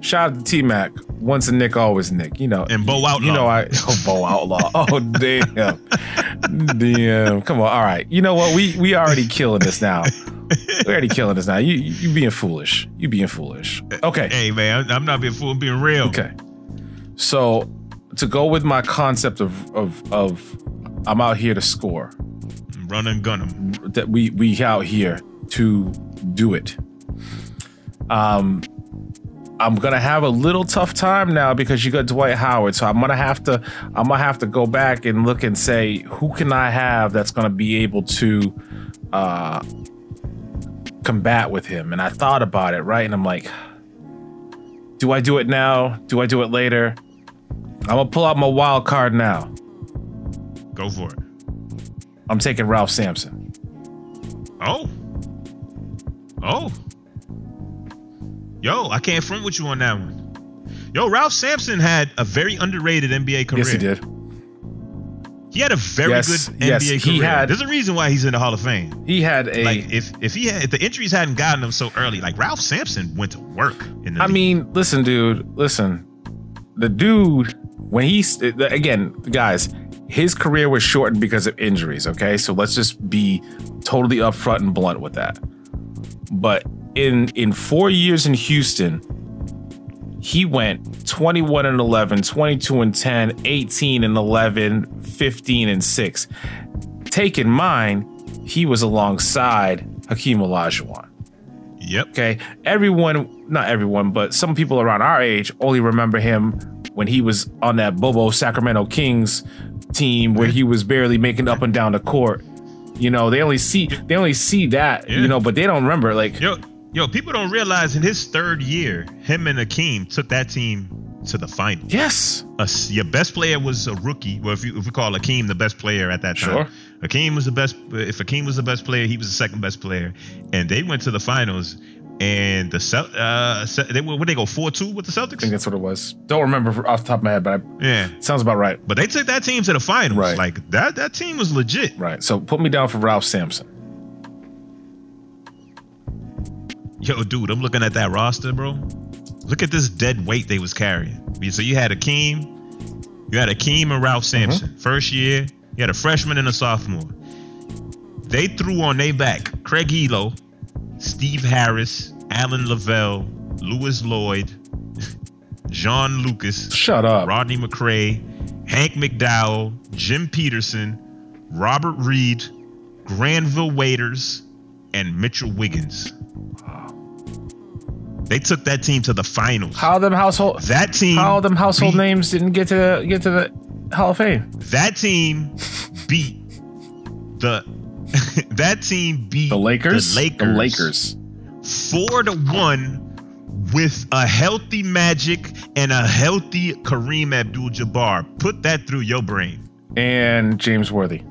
Shout out to T Mac. Once a Nick, always Nick. You know.
And Bo Outlaw.
you know I <laughs> oh, Bo Outlaw. Oh damn. damn. Come on. All right. You know what? We we already killing this now. We already killing this now. You you being foolish. You being foolish. Okay.
hey man, I'm, I'm not being fool, I'm being real.
Okay. So to go with my concept of of of I'm out here to score.
Run and gun him.
That we we out here to do it. Um I'm gonna have a little tough time now because you got Dwight Howard. So I'm gonna have to I'm gonna have to go back and look and say who can I have that's gonna be able to uh combat with him. And I thought about it, right? And I'm like, do I do it now? Do I do it later? I'm gonna pull out my wild card now.
Go for it.
I'm taking Ralph Sampson.
Oh. Oh. Yo, I can't front with you on that one. Yo, Ralph Sampson had a very underrated NBA career.
Yes, he did.
He had a very
Yes,
good NBA
yes,
career.
he had-
There's a reason why he's in the Hall of Fame.
He had a. I
Like if if he had, if the injuries hadn't gotten him so early, like Ralph Sampson went to work in the league.
mean, listen, dude. Listen, the dude when he again, guys, his career was shortened because of injuries. Okay, so let's just be totally upfront and blunt with that. But in in four years in Houston. He went 21 and 11, 22 and 10, 18 and 11, 15 and 6. Take in mind, he was alongside Hakeem Olajuwon.
Yep.
Okay. Everyone, not everyone, but some people around our age only remember him when he was on that Bobo Sacramento Kings team where he was barely making up and down the court. You know, they only see they only see that,
Yeah.
you know, but they don't remember like
Yo, yo, people don't realize in his third year, him and Akeem took that team to the final.
yes.
Us, your best player was a rookie. Well, if you if we call Akeem the best player at that time,
Sure.
Akeem was the best. If Akeem was the best player, he was the second best player, and they went to the finals. And the Celt, uh, Ce- they were what they go four two with the
I think
Celtics.
that's what it was. Don't remember off the top of my head, but I,
Yeah,
it sounds about right.
but they took that team to the finals.
Right.
Like that that team was legit.
Right. So put me down for Ralph Sampson.
Yo, dude, I'm looking at that roster, bro. Look at this dead weight they was carrying. So you had Akeem, You had Akeem and Ralph Sampson. First year, you had a freshman and a sophomore. They threw on their back Craig Elo, Steve Harris, Alan Lavelle, Lewis Lloyd, <laughs> John Lucas,
Shut up.
Rodney McRae, Hank McDowell, Jim Peterson, Robert Reed, Granville Waiters, and Mitchell Wiggins. They took that team to the finals.
How them household
that team
how them household
beat-
names didn't get to get to the Hall of Fame?
That team beat the <laughs> that team beat
The Lakers?
The Lakers. Four to one with a healthy Magic and a healthy Kareem Abdul-Jabbar. Put that through your brain.
And James Worthy.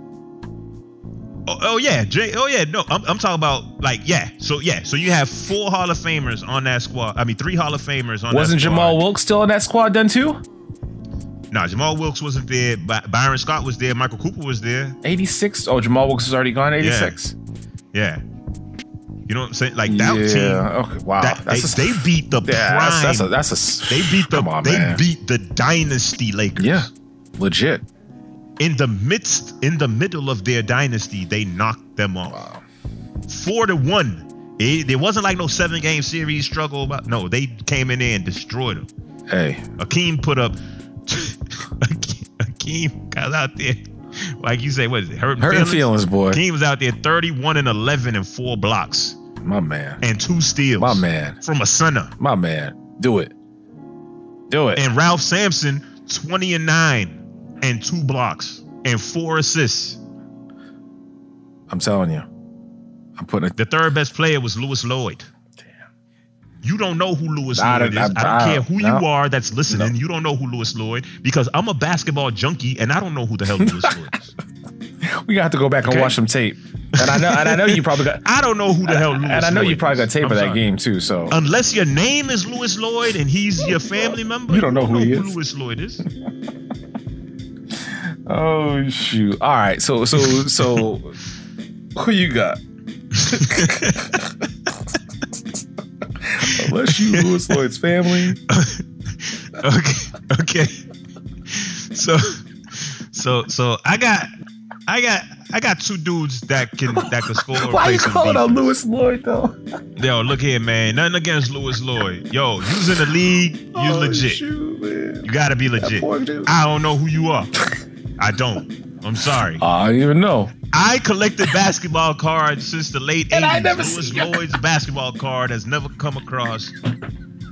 Oh, oh yeah, Jay. Oh yeah, no, I'm, I'm talking about like yeah. So yeah, so you have four Hall of Famers on that squad. I mean, three Hall of Famers on.
Wasn't
that squad.
Jamal Wilkes still in that squad then too?
No, Jamal Wilkes wasn't there. By- Byron Scott was there. Michael Cooper was there.
86. Oh, Jamal Wilkes is already gone. 86.
Yeah, you know what I'm saying? Like
Yeah.
that team.
Okay. Wow.
That, they,
that's
they
a,
beat the
<laughs> yeah,
prime.
that's, that's a that's a s-
they beat the
Come on,
they
man.
beat the dynasty Lakers.
yeah. Legit.
in the midst in the middle of their dynasty they knocked them off
Wow.
four to one it, it wasn't like no seven game series struggle about no they came in there and destroyed them
Hey.
Akeem put up <laughs> Akeem got out there like you say what is it hurting,
Hurting feelings, boy.
Akeem was out there 31 and 11 and four blocks
My man.
and two steals
My man.
from a center
My man. Do it. Do it.
and Ralph Sampson 20 and 9 and two blocks and four assists
I'm telling you. I'm putting
The third best player was Lewis Lloyd. You don't know who Lewis
I
Lloyd
don't-
is. I,
I- I-
don't care who
no.
you are that's listening. You don't know who Lewis Lloyd because I'm a basketball junkie and I don't know who the hell Lewis Lloyd
<laughs>
is.
a we got to go back and
Okay.
watch some tape. And I know and I know you probably got
<laughs> I don't know who the hell Lewis
and I know
Lloyd
you probably got
is.
tape
I'm
of that
sorry.
game too, so
Unless your name is Lewis Lloyd and he's your family member,
You don't know who he is.
Lewis
<laughs>
Lloyd is.
Oh shoot. All right. So so so <laughs> who you
<laughs>
got? Unless you Louis Lloyd's family.
okay. Okay. So, so, so I got, I got, I got two dudes that can that can score.
<laughs>
and
Why
play
you
some
calling out
defense.
Louis Lloyd though?
Yo, look here, man. Nothing against Lewis Lloyd. Yo, you's in the league. You
Oh,
legit.
Shoot, man.
You gotta be legit.
poor dude.
I don't know who you are. I don't. I'm sorry.
I don't even know.
I collected basketball cards since the late 80s.
And I never
Lewis
seen-
Lloyd's basketball card has never come across.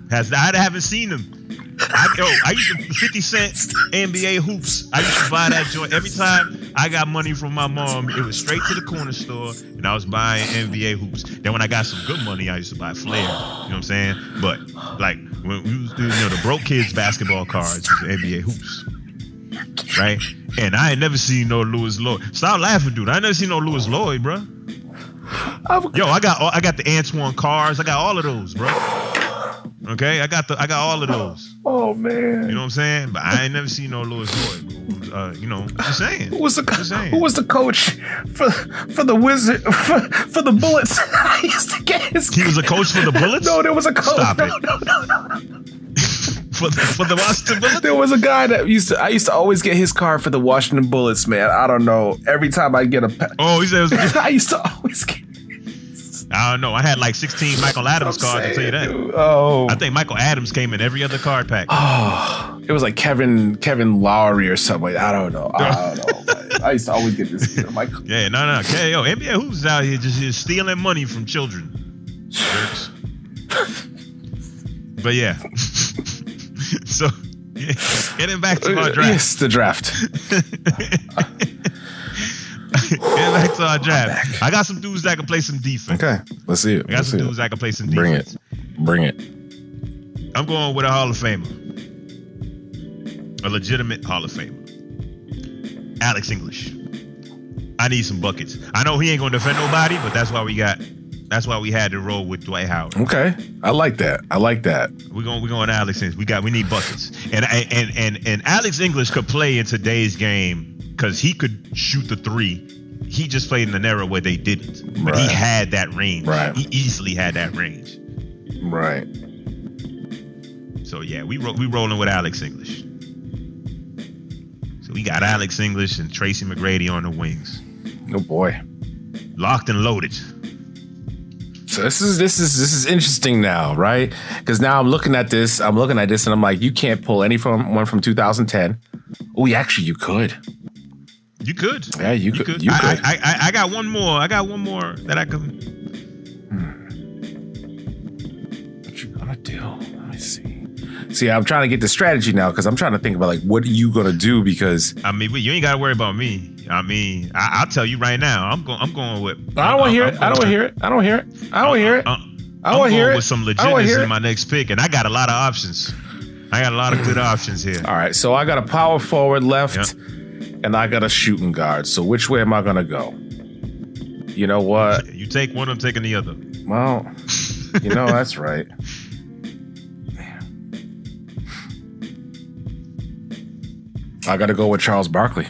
Has I haven't seen them. I, yo, I used to 50 cent NBA hoops. I used to buy that joint every time I got money from my mom. It was straight to the corner store, and I was buying NBA hoops. Then when I got some good money, I used to buy Flair. You know what I'm saying? But like when we was doing you know, the broke kids basketball cards, was NBA hoops right? And I ain't never seen no Lewis Lloyd. Stop laughing, dude. I ain't never seen no Lewis Lloyd, bro.
I'm-
Yo, I got all, I got the Antoine cars. I got all of those, bro. Okay, I got the I got all of those.
Oh man.
You know what I'm saying? But I ain't never seen no Lewis Lloyd. bro. Uh, you know, just saying.
who was the
Just saying.
who was the coach for for the wizard <laughs> for, for the bullets? <laughs> I used to get his.
he was a coach for the Bullets.
<laughs> No, there was a coach.
Stop
no,
it.
no, no, no.
for the, for the Boston Bullets.
There was a guy that used to. I used to always get his card for the Washington Bullets, man. I don't know. Every time I get a, pa- <laughs>
Oh, he says
I used to always get.
I don't know. I had like 16 Michael Adams cards. I'll tell you that.
Oh,
I think Michael Adams came in every other card pack.
<sighs> it was like Kevin Kevin Lowry or something. I don't know. I don't
<laughs>
know. man. I used to always get this. I'm like,
Yeah, no, no. Okay, yo, NBA who's out here just, just stealing money from children. Jerks. but yeah. <laughs> so yeah, getting back to our draft.
yes, the draft.
Getting back to our draft. I got some dudes that can play some defense.
Okay, let's see it.
I got
Let's
some
see
dudes
it.
that can play some
Bring
defense.
it. Bring it.
I'm going with a Hall of Famer. A legitimate Hall of Famer. Alex English. I need some buckets. I know he ain't gonna defend nobody, but that's why we got that's why we had to roll with Dwight Howard.
Okay, I like that. I like that.
We're going. We're going to Alex. English. We got. We need buckets. And and and and Alex English could play in today's game because he could shoot the three. He just played in an era where they didn't, but
Right.
he had that range.
Right.
He easily had that range.
Right.
So yeah, we ro- we rolling with Alex English. We got Alex English and Tracy McGrady on the wings,
Oh boy.
locked and loaded.
So this is this is this is interesting now, right? Because now I'm looking at this, I'm looking at this, and I'm like, you can't pull any from one from 2010. Oh, yeah, actually, you could.
You could.
Yeah, you, could, You could.
I, I, I, I got one more. I got one more that I can.
what you gonna do? Let me see. See, I'm trying to get the strategy now because I'm trying to think about like what are you gonna do because
I mean, but you ain't got to worry about me. I mean, I, I'll tell you right now. I'm going. I'm going with. uh,
I don't want to hear it. I don't want to hear it. I don't hear it. I don't hear it. I don't
am
want to hear it.
uh, With some
I don't wanna hear
legitness
it.
in my next pick, and I got a lot of options. I got a lot of good options here.
All right, so I got a power forward left, and I got a shooting guard. So which way am I gonna go? You know what?
You take one, I'm taking the other.
Well, you know that's right. I got to go with Charles Barkley.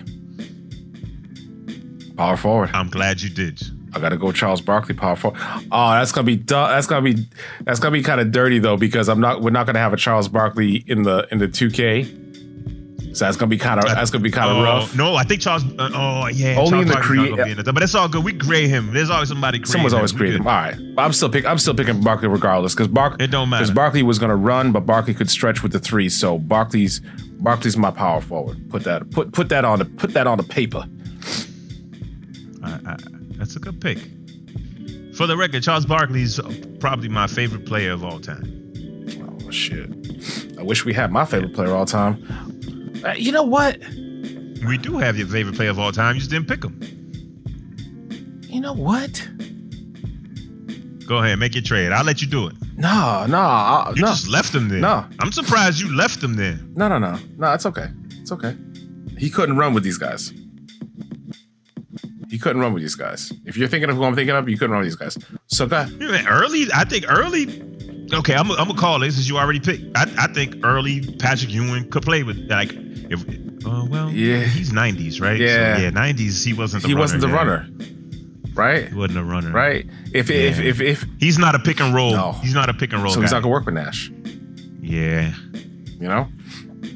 Power forward.
I'm glad you did.
I got to go with Charles Barkley. Power forward. Oh, that's gonna be du- that's gonna be that's gonna be kind of dirty though because I'm not we're not gonna have a Charles Barkley in the in the 2K. So that's gonna be kind of that's gonna be kind of
Oh,
rough.
No, I think Charles. Uh, oh
Only
yeah, Charles
in the
Barkley's not gonna
crea-
be in it, but it's all good. We grade him. There's always somebody. Creating
Someone's always
him. We
creating.
good.
All right, I'm still pick. I'm still picking Barkley regardless because Bark.
It don't matter.
because Barkley was going to run, but Barkley could stretch with the three. So Barkley's Barkley's my power forward. Put that put put that on the put that on the paper.
I, I, Uh, that's a good pick. For the record, Charles Barkley's probably my favorite player of all time.
Oh shit! I wish we had my favorite player of all time. Uh, you know what?
We do have your favorite player of all time. You just didn't pick him.
You know what?
Go ahead, make your trade. I'll let you do it.
No, no, I-
You
no,
just left him there.
No.
I'm surprised you left him there.
no, no, no, no. It's okay. It's okay. He couldn't run with these guys. He couldn't run with these guys. If you're thinking of who I'm thinking of, you couldn't run with these guys. So go ahead.
You know, early, I think early. Okay, I'm gonna call it since you already picked. I, I think early Patrick Ewing could play with like if. Uh, well,
Yeah.
he's 90s, right? So,
Yeah.
yeah, 90s. He wasn't the
he
runner.
wasn't the
yeah.
runner, right?
He wasn't a runner.
Right? If if
Yeah.
if if
He's not a pick and roll.
No.
He's not a pick and roll
so, he's
guy.
not gonna work with Nash,
yeah.
you know.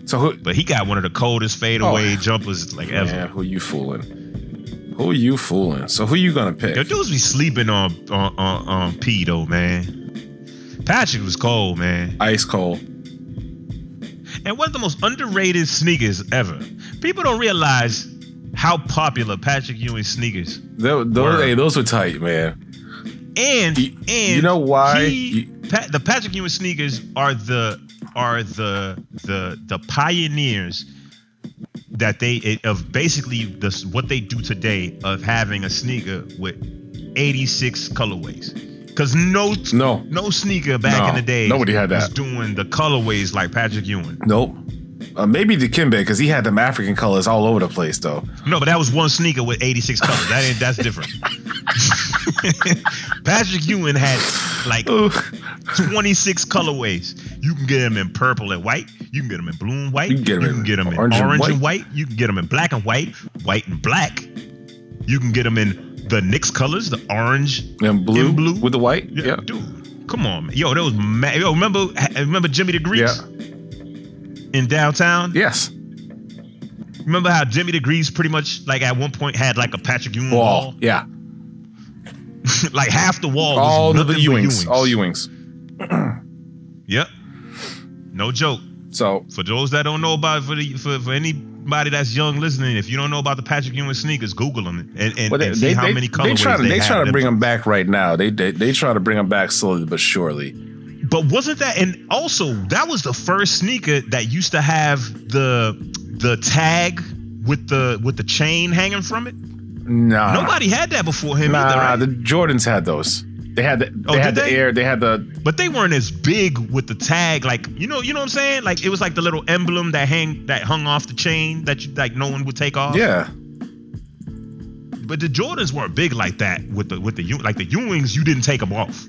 So who?
But he got one of the coldest
Oh,
fadeaway jumpers like ever.
Man, who you fooling? Who you fooling? So who you gonna
Yo,
pick?
dudes be sleeping on on on, on P though, man. Patrick was cold, man.
Ice cold.
And one of the most underrated sneakers ever. People don't realize how popular Patrick Ewing sneakers.
Tho- Those
Word.
hey, those were tight, man.
And
You-
and
you know why
he-
you-
Pa- the Patrick Ewing sneakers are the are the the the pioneers that they of basically this what they do today of having a sneaker with 86 colorways. Cause no
No,
No sneaker back
No,
in the day.
nobody had
was
that.
doing the colorways like Patrick Ewing.
nope. Uh, maybe Dikembe because he had them African colors all over the place though.
No, but that was one sneaker with 86 colors. That ain't that's different. <laughs> Patrick Ewing had like 26 colorways. You can get them in purple and white. You can get them in blue and white.
You can get 'em in
in
orange
orange,
and
and white. You can get them in black and white, white and black. You can get them in the Knicks colors, the orange
And blue,
and blue
with the white.
Yeah,
Yeah.
dude. Come on, man. Yo, that was ma- Yo, remember remember Jimmy the Grease in downtown?
Yes.
Remember how Jimmy the Grease pretty much like at one point had like a Patrick Ewing
Wall.
wall?
Yeah.
like half the wall <laughs> was
All of the
nothing but
Ewings. All Ewings.
Yep. No joke.
So
For those that don't know about for the for, for anybody that's young listening, if you don't know about the Patrick Ewing sneakers, Google them and, and,
Well,
and see how many colorways they,
try to, they
have
try to
them.
bring them back right now. They, they they try to bring them back slowly but surely.
But wasn't that and also that was the first sneaker that used to have the the tag with the with the chain hanging from it?
Nah,
Nobody had that before him
Ah. nah,
either, right?
the Jordans had those. They had the, they
Oh,
had
did
the
they?
air. They had the
but they weren't as big with the tag like you know you know what i'm saying like it was like the little emblem that hang that hung off the chain that you like no one would take off
yeah.
but the jordans weren't big like that with the with the U- like the ewings you didn't take them off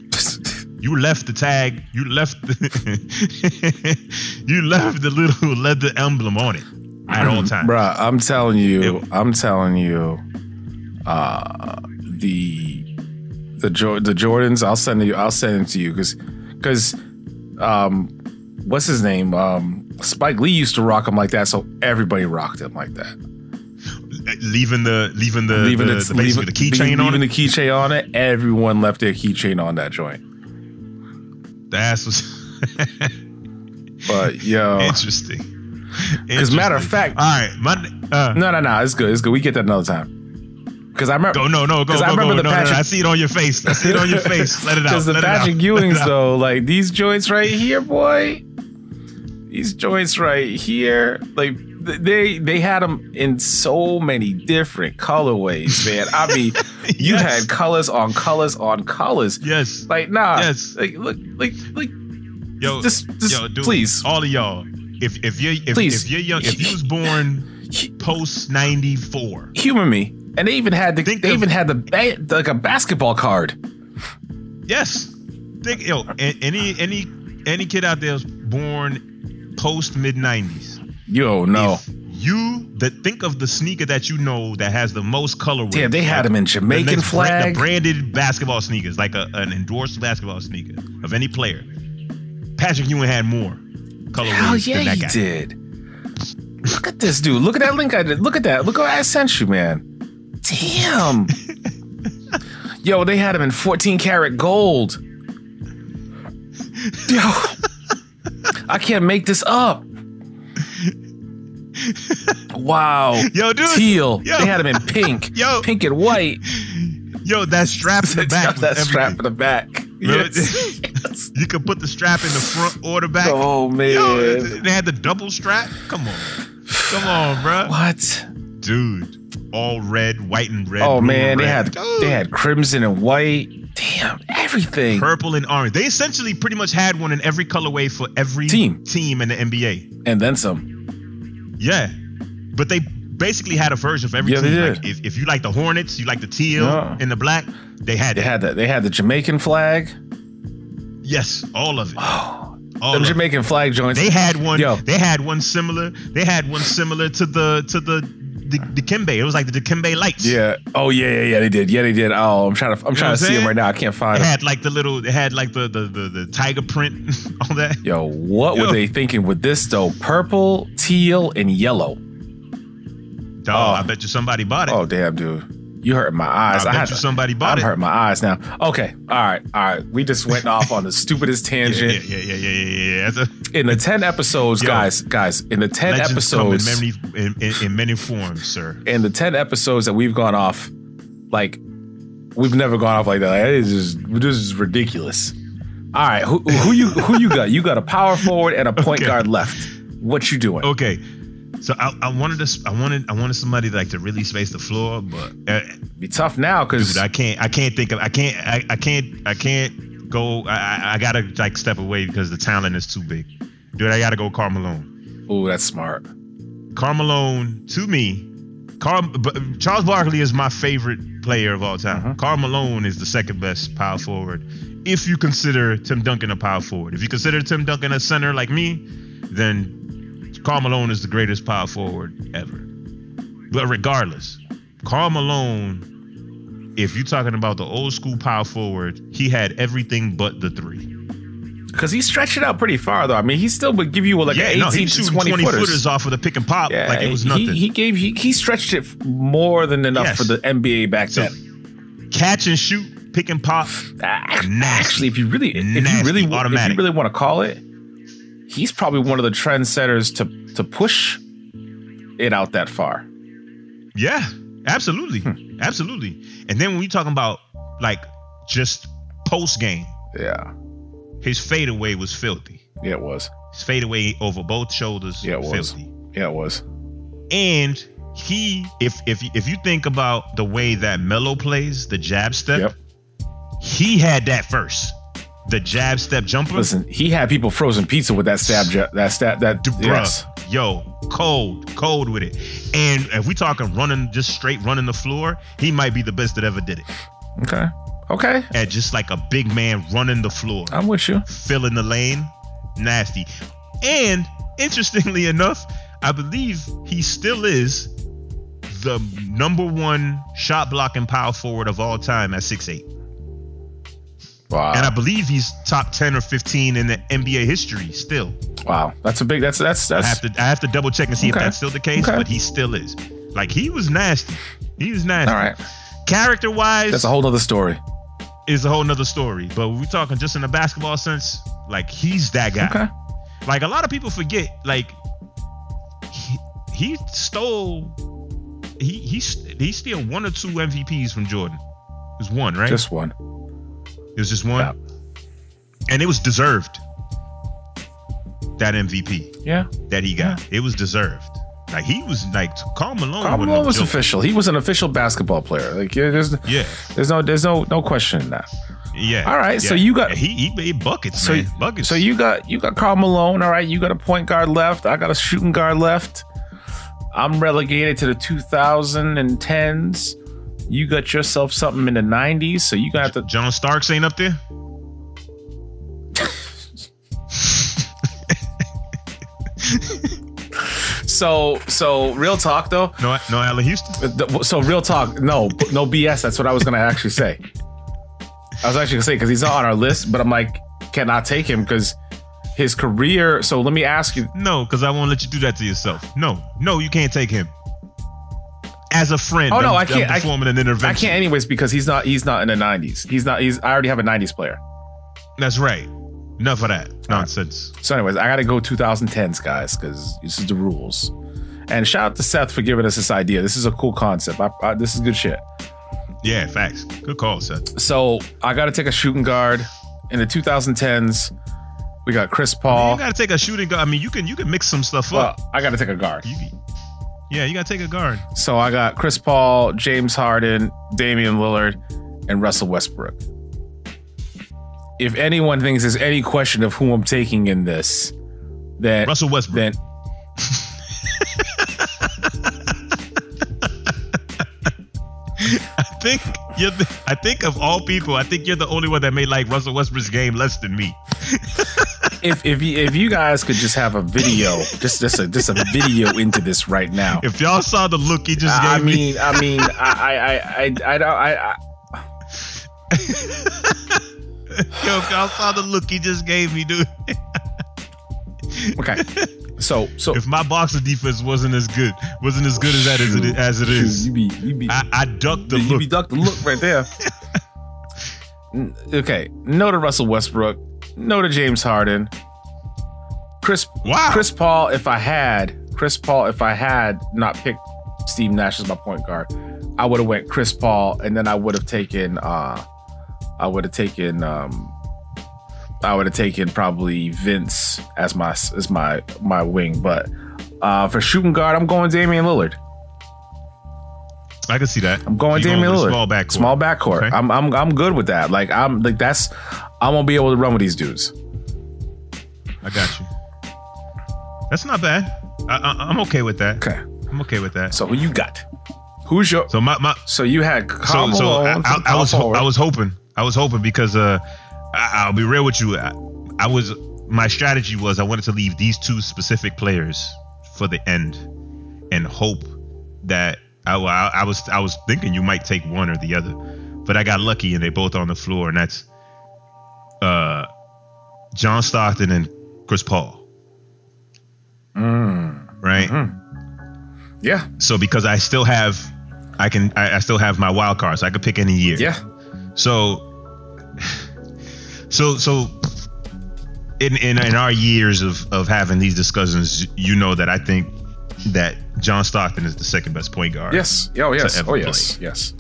you left the tag you left the <laughs> you left the little leather emblem on it at all times
Bruh, I'm telling you,
Ew.
I'm telling you, uh, the the jo- the Jordans. I'll send you. I'll send it to you because because um, what's his name? Um, Spike Lee used to rock him like that, so everybody rocked him like that.
leaving the leaving the leaving the, the, basically the keychain on
leaving
it.
the keychain on it. Everyone left their keychain on that joint.
That's what's <laughs>
But yo,
interesting.
as a matter of
Interesting.
fact-
all right, my uh,
no, no, no, it's good. It's good. We get that another time. Because I remember,
go no no go
'Cause
go
I
go.
remember
No,
the
no,
Patrick-
I see it on your face. I see it
<laughs>
on your face. Let it out.
Because the
<laughs> Let it out.
Patrick Ewing's though, like these joints right here, boy. These joints right here, like th- they they had them in so many different
<laughs>
colorways, man. I mean, you
Yes.
had colors on colors on colors.
Yes.
Like nah,
Yes.
like look, like like
Yo,
Just- just
yo, dude,
please.
all of y'all. If if you if,
Please.
if you're young, if you was born post ninety four,
humor me. And they even had the
Think
they
of-
even had the ba- like a basketball card.
yes. Think yo, a- any any any kid out there was born post mid nineties.
Yo, no,
You that think of the sneaker that you know that has the most colorway.
damn, they had them in
The
Jamaican
next brand-
flag.
the branded basketball sneakers, like a, an endorsed basketball sneaker of any player. Patrick Ewing had more colorways
Hell yeah,
than that
he
guy.
did. Look at this dude. Look at that link I did. Look at that. Look what I sent you, man.
<laughs>
Damn. Yo, they had him in 14 karat gold. Yo, I can't make this
<laughs>
up. Wow.
Yo, dude.
Teal.
Yo.
They had him in pink.
<laughs> Yo.
Pink and white.
Yo, that strap
<laughs>
in the
It's
back.
got
was
that strap in
everything.
the back.
Remember- <laughs>
Yes. Yes.
You could put the strap in the front or the back.
Oh, man.
Yo, they had the double strap. Come on, come on, bro.
What?
Dude, all red, white and red.
Oh
blue
man,
and
they had
red. Dude,
they had crimson and white. Damn, everything.
purple and orange. They essentially pretty much had one in every colorway for every
Team.
team in the NBA.
And then some.
Yeah, but they basically had a version for every
Yeah, they
team.
did.
Like if, if you like the Hornets, you like the teal
Yeah.
and the black. They had
They
it.
had that. They had the Jamaican flag.
Yes, all of it. all
Them
of it.
Jamaican flag joints.
Oh, They had one.
Yo.
They had one similar. They had one similar to the to the the Dikembe. It was like the Dikembe lights.
yeah. Oh yeah, yeah, yeah. They did. Yeah, they did. Oh, I'm trying to. I'm trying
what
to see
I'm
them right
saying?
now. I can't
It
find them.
had like the little. It had like the the the, the tiger print, <laughs> all that.
Yo, what were
Yo.
they thinking with this though? Purple, teal, and yellow.
Dog,
Oh.
I bet you somebody bought it.
Oh damn, dude. You hurt my eyes.
I
I,
bet
had
you
to-
somebody
I'm
bought it.
hurting my eyes now. Okay. All right. All right. We just went off on the stupidest
<laughs> Yeah,
tangent
yeah, yeah, yeah, yeah, yeah. yeah. That's a,
in the ten episodes,
Yo.
guys. Guys, in the ten
legends come
episodes,
in many in, in, in many forms, sir.
and the 10 episodes that we've gone off like we've never gone off like that like, this is this is ridiculous all right who, who you who you got you got a power forward and a point
Okay. Oh.
guard left what you doing
Okay, so I, I wanted to I wanted I wanted somebody like to really space the floor, but uh,
be tough now because
Dude, I can't. I can't think of. I can't. I, I can't. I can't go. I, I- I gotta like step away because the talent is too big. Dude, I gotta go Karl Malone.
oh that's smart
Karl Malone to me, Karl, B- Charles Barkley is my favorite player of all time. Karl Malone is the second best power forward. If you consider Tim Duncan a power forward, if you consider Tim Duncan a center like me, then Karl Malone is the greatest power forward ever. But regardless, Karl Malone, if you're talking about the old school power forward, he had everything but the three.
because he stretched it out pretty far though i mean he still would give you like
yeah,
an 18
no, he was
to
shooting
20,
20
footers,
footers. off of the pick and pop
yeah
like it was nothing.
He, he gave he, he stretched it more than enough
Yes.
for the nba back
So,
then
catch and shoot, pick and pop,
Actually,
nasty.
if you really, if you
Nasty,
really, wa- if you
automatic.
really want to call it, he's probably one of the trendsetters to to push it out that far.
Yeah, absolutely,
Hmm.
absolutely. And then when you're talking about like just post game,
Yeah,
his fadeaway was filthy.
yeah, it was.
His fadeaway over both shoulders,
Yeah, it was.
filthy.
Yeah, it was.
And he, if if if you think about the way that Melo plays the jab step,
Yep.
he had that first, the jab step jumper.
Listen, he had people frozen pizza with that stab. Ju- that stab. That
Dude, bruh,
yes.
yo, cold, cold with it. And if we talking running, just straight running the floor, he might be the best that ever did it.
Okay. Okay.
At just like a big man running the floor,
I'm with you.
filling the lane, nasty. And interestingly <laughs> enough, I believe he still is the number one shot blocking power forward of all time at 6'8.
Wow.
And I believe he's top 10 or 15 in the NBA history still.
Wow, that's a big. That's that's
I
that's.
have to I have to double check and see
Okay.
if that's still the case,
Okay.
but he still is. Like he was nasty. He was nasty.
all right,
Character wise
that's a whole other story.
is a whole nother story. But we're talking just in a basketball sense, like he's that guy.
Okay,
Like a lot of people forget, like he, he stole he he st- he steal one or two MVPs from Jordan. It was one, right?
just one.
it was just one.
Yeah.
And it was deserved. That MVP.
Yeah,
that he got. It was deserved. Like he was like Carl
Karl
Malone. wasn't
Malone
no
was
joke.
official. He was an official basketball player. Like yeah, there's
Yeah,
there's no there's no no question in that.
yeah.
All right, so
yeah.
you got-
he he made buckets,
So-
man. Buckets.
So you got you got Carl Malone. All right, you got a point guard left. I got a shooting guard left. I'm relegated to the 2010s. You got yourself something in the 90s. So you gonna have to.
John Starks ain't up there.
So so real talk though.
No, no, Allen Houston.
The- So real talk. No no BS. That's what I was gonna actually say. I was actually gonna say because he's not on our list, but I'm like, can I take him because his career. So let me ask you.
No, because I won't let you do that to yourself. No, no, you can't take him as a friend.
Oh, no,
I'm-
I can't-
I'm
I-
performing an intervention.
I can't anyways because he's not he's not in the 90s. He's not he's I already have a 90s player.
That's right. Enough of that nonsense.
So, anyways, I gotta go 2010s, guys, because this is the rules. And shout out to Seth for giving us this idea. This is a cool concept. I, I, this is good shit.
Yeah, facts. Good call, Seth.
So I gotta take a shooting guard in the 2010s. We got Chris Paul.
You gotta take a shooting guard. I mean, you can you can mix some stuff
well,
up.
I gotta take a guard.
You can- yeah, you gotta take a guard.
So I got Chris Paul, James Harden, Damian Lillard, and Russell Westbrook. If anyone thinks there's any question of who I'm taking in this, that
Russell Westbrook.
then
I think you're the, I think of all people, I think you're the only one that made like Russell Westbrook's game less than me.
if if you, if you guys could just have a video, just just a just a video into this right now.
If y'all saw the look he just
I
gave me,
mean, I mean, I I I I, I don't I, I
<laughs> yo, if y'all saw the look he just gave me, dude. <laughs>
okay. So so
If my boxer defense wasn't as good, wasn't as good as that as it as it is,
you be you be
I, I ducked the
you
look.
be ducked the look right
<laughs>
there. N- okay, no to Russell Westbrook, no to James Harden, Chris
Wow.
Chris Paul. If I had Chris Paul, if I had not picked Steve Nash as my point guard, I would have went Chris Paul, and then I would have taken. uh I would have taken. um I would have taken probably Vince as my as my my wing, but uh for shooting guard, I'm going Damian Lillard.
I can see that.
I'm going
You
Damian
with a
Lillard.
Small back.
Small backcourt.
Okay.
I'm I'm I'm good with that. Like I'm like that's I'm gonna be able to run with these dudes.
I got you. That's not bad. I, I, I'm okay with that.
Okay.
I'm okay with that.
So who you got? Who's your
So uh, my, my
so you had Karl Malone,
I, I, I
power
was
forward.
I was hoping I was hoping because uh I, I'll be real with you I, I was my strategy was I wanted to leave these two specific players for the end and hope that I, I, I was I was thinking you might take one or the other but I got lucky and they both on the floor and that's uh John Stockton and Chris Paul right
yeah,
so because I still have I can I, I still have my wild card so I could pick any year
yeah.
so, so, so, in in, in our years of of having these discussions, you know that I think that John Stockton is the second best point guard.
Yes. Oh yes.
ever
Oh yes. Yes.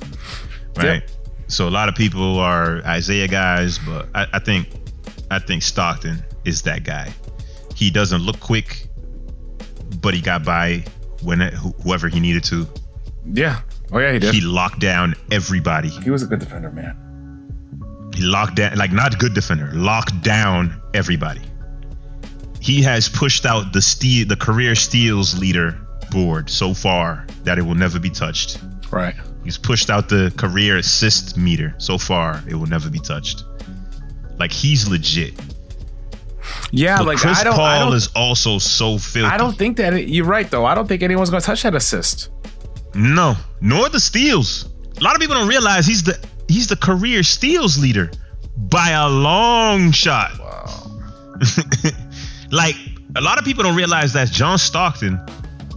Right.
yep.
So a lot of people are Isaiah guys, but I, I think I think Stockton is that guy. He doesn't look quick, but he got by when wh- whoever he needed to.
Yeah. Oh yeah, he did.
He
He,
locked down everybody.
was a good defender, man.
He locked down, like not good defender, locked down everybody. He has pushed out the steal, the career steals leader board so far that it will never be touched.
Right.
He's pushed out the career assist meter so far it will never be touched. Like he's legit.
Yeah,
But
like
Chris
I don't,
Paul
I don't,
is also so filthy.
I don't think that it, you're right though. I don't think anyone's gonna touch that assist.
no, nor the steals. A lot of people don't realize he's the he's the career steals leader by a long shot.
Wow.
<laughs> like a lot of people don't realize that John Stockton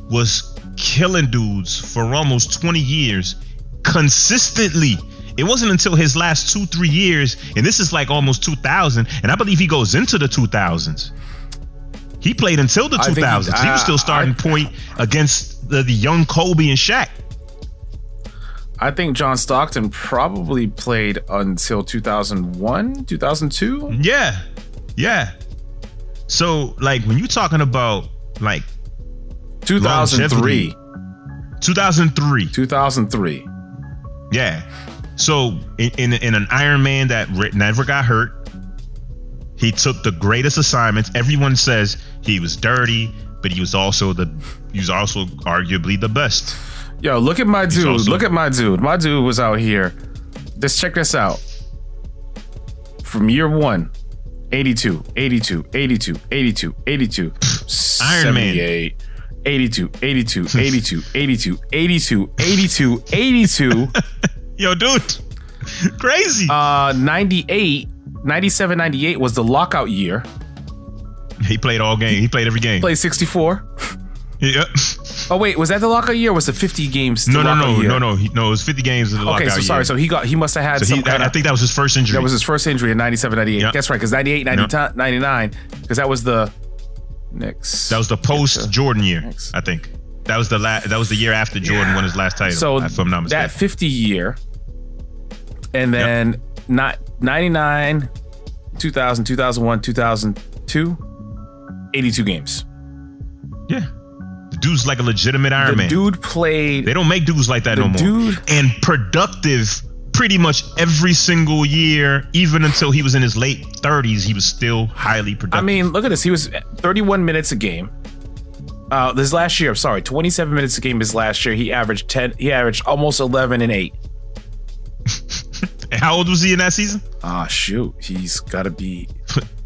was killing dudes for almost 20 years consistently. It wasn't until his last two, three years, and this is like almost 2000, and I believe he goes into the 2000s. He played until the
I think he-
2000s. he,
I-
was still starting
I-
point against the, the young Kobe and Shaq.
I think John Stockton probably played until 2001, 2002.
Yeah. Yeah. So, like, when you're talking about like
2003.
2003,
2003.
Yeah. So in, in in an Iron Man that re- never got hurt, he took the greatest assignments. Everyone says he was dirty, but he was also the he was also arguably the best.
Yo, look at my dude.
also-
Look at my dude. My dude was out here. Just check this out. From year one, 82, 82, 82, 82, 82,
Iron Man.
78, 82, <laughs> 82, 82, 82, 82, 82, 82,
Yo, dude, <laughs> crazy.
uh, 98, 97, 98 was the lockout year.
he played all game. He played every game.
Played 64.
Yep.
Oh, wait, was that the lockout year or was the 50 games? the
No, no,
lockout
no,
year?
no, no. He, no, it was 50 games of the
Okay,
lockout
so sorry.
year.
So he got, he must have had
So
some
he,
kind
I, I
of.
think that was his first injury.
That was his first injury in 97, 98.
Yep.
That's right, because 98, 90,
Yep.
ti- 99, because that was the Knicks.
that was the post Jordan year,
Thanks.
I think. That was the la- that was the year after Jordan won his last title.
so
if I'm not mistaken.
that 50 year, and then not 99, 2000, 2001, 2002, 82 games.
Yeah. The dude's like a legitimate Iron
the
Man.
dude played.
they don't make dudes like that
The
no more.
dude-
and productive pretty much every single year, even until he was in his late 30s, he was still highly
I
productive.
mean, look at this. He was 31 minutes a game. Uh, this last year, I'm sorry, 27 minutes a game. His last year, he averaged 10. He averaged almost 11 and eight.
And how old was he in that season? <laughs>
Ah, shoot, he's got to be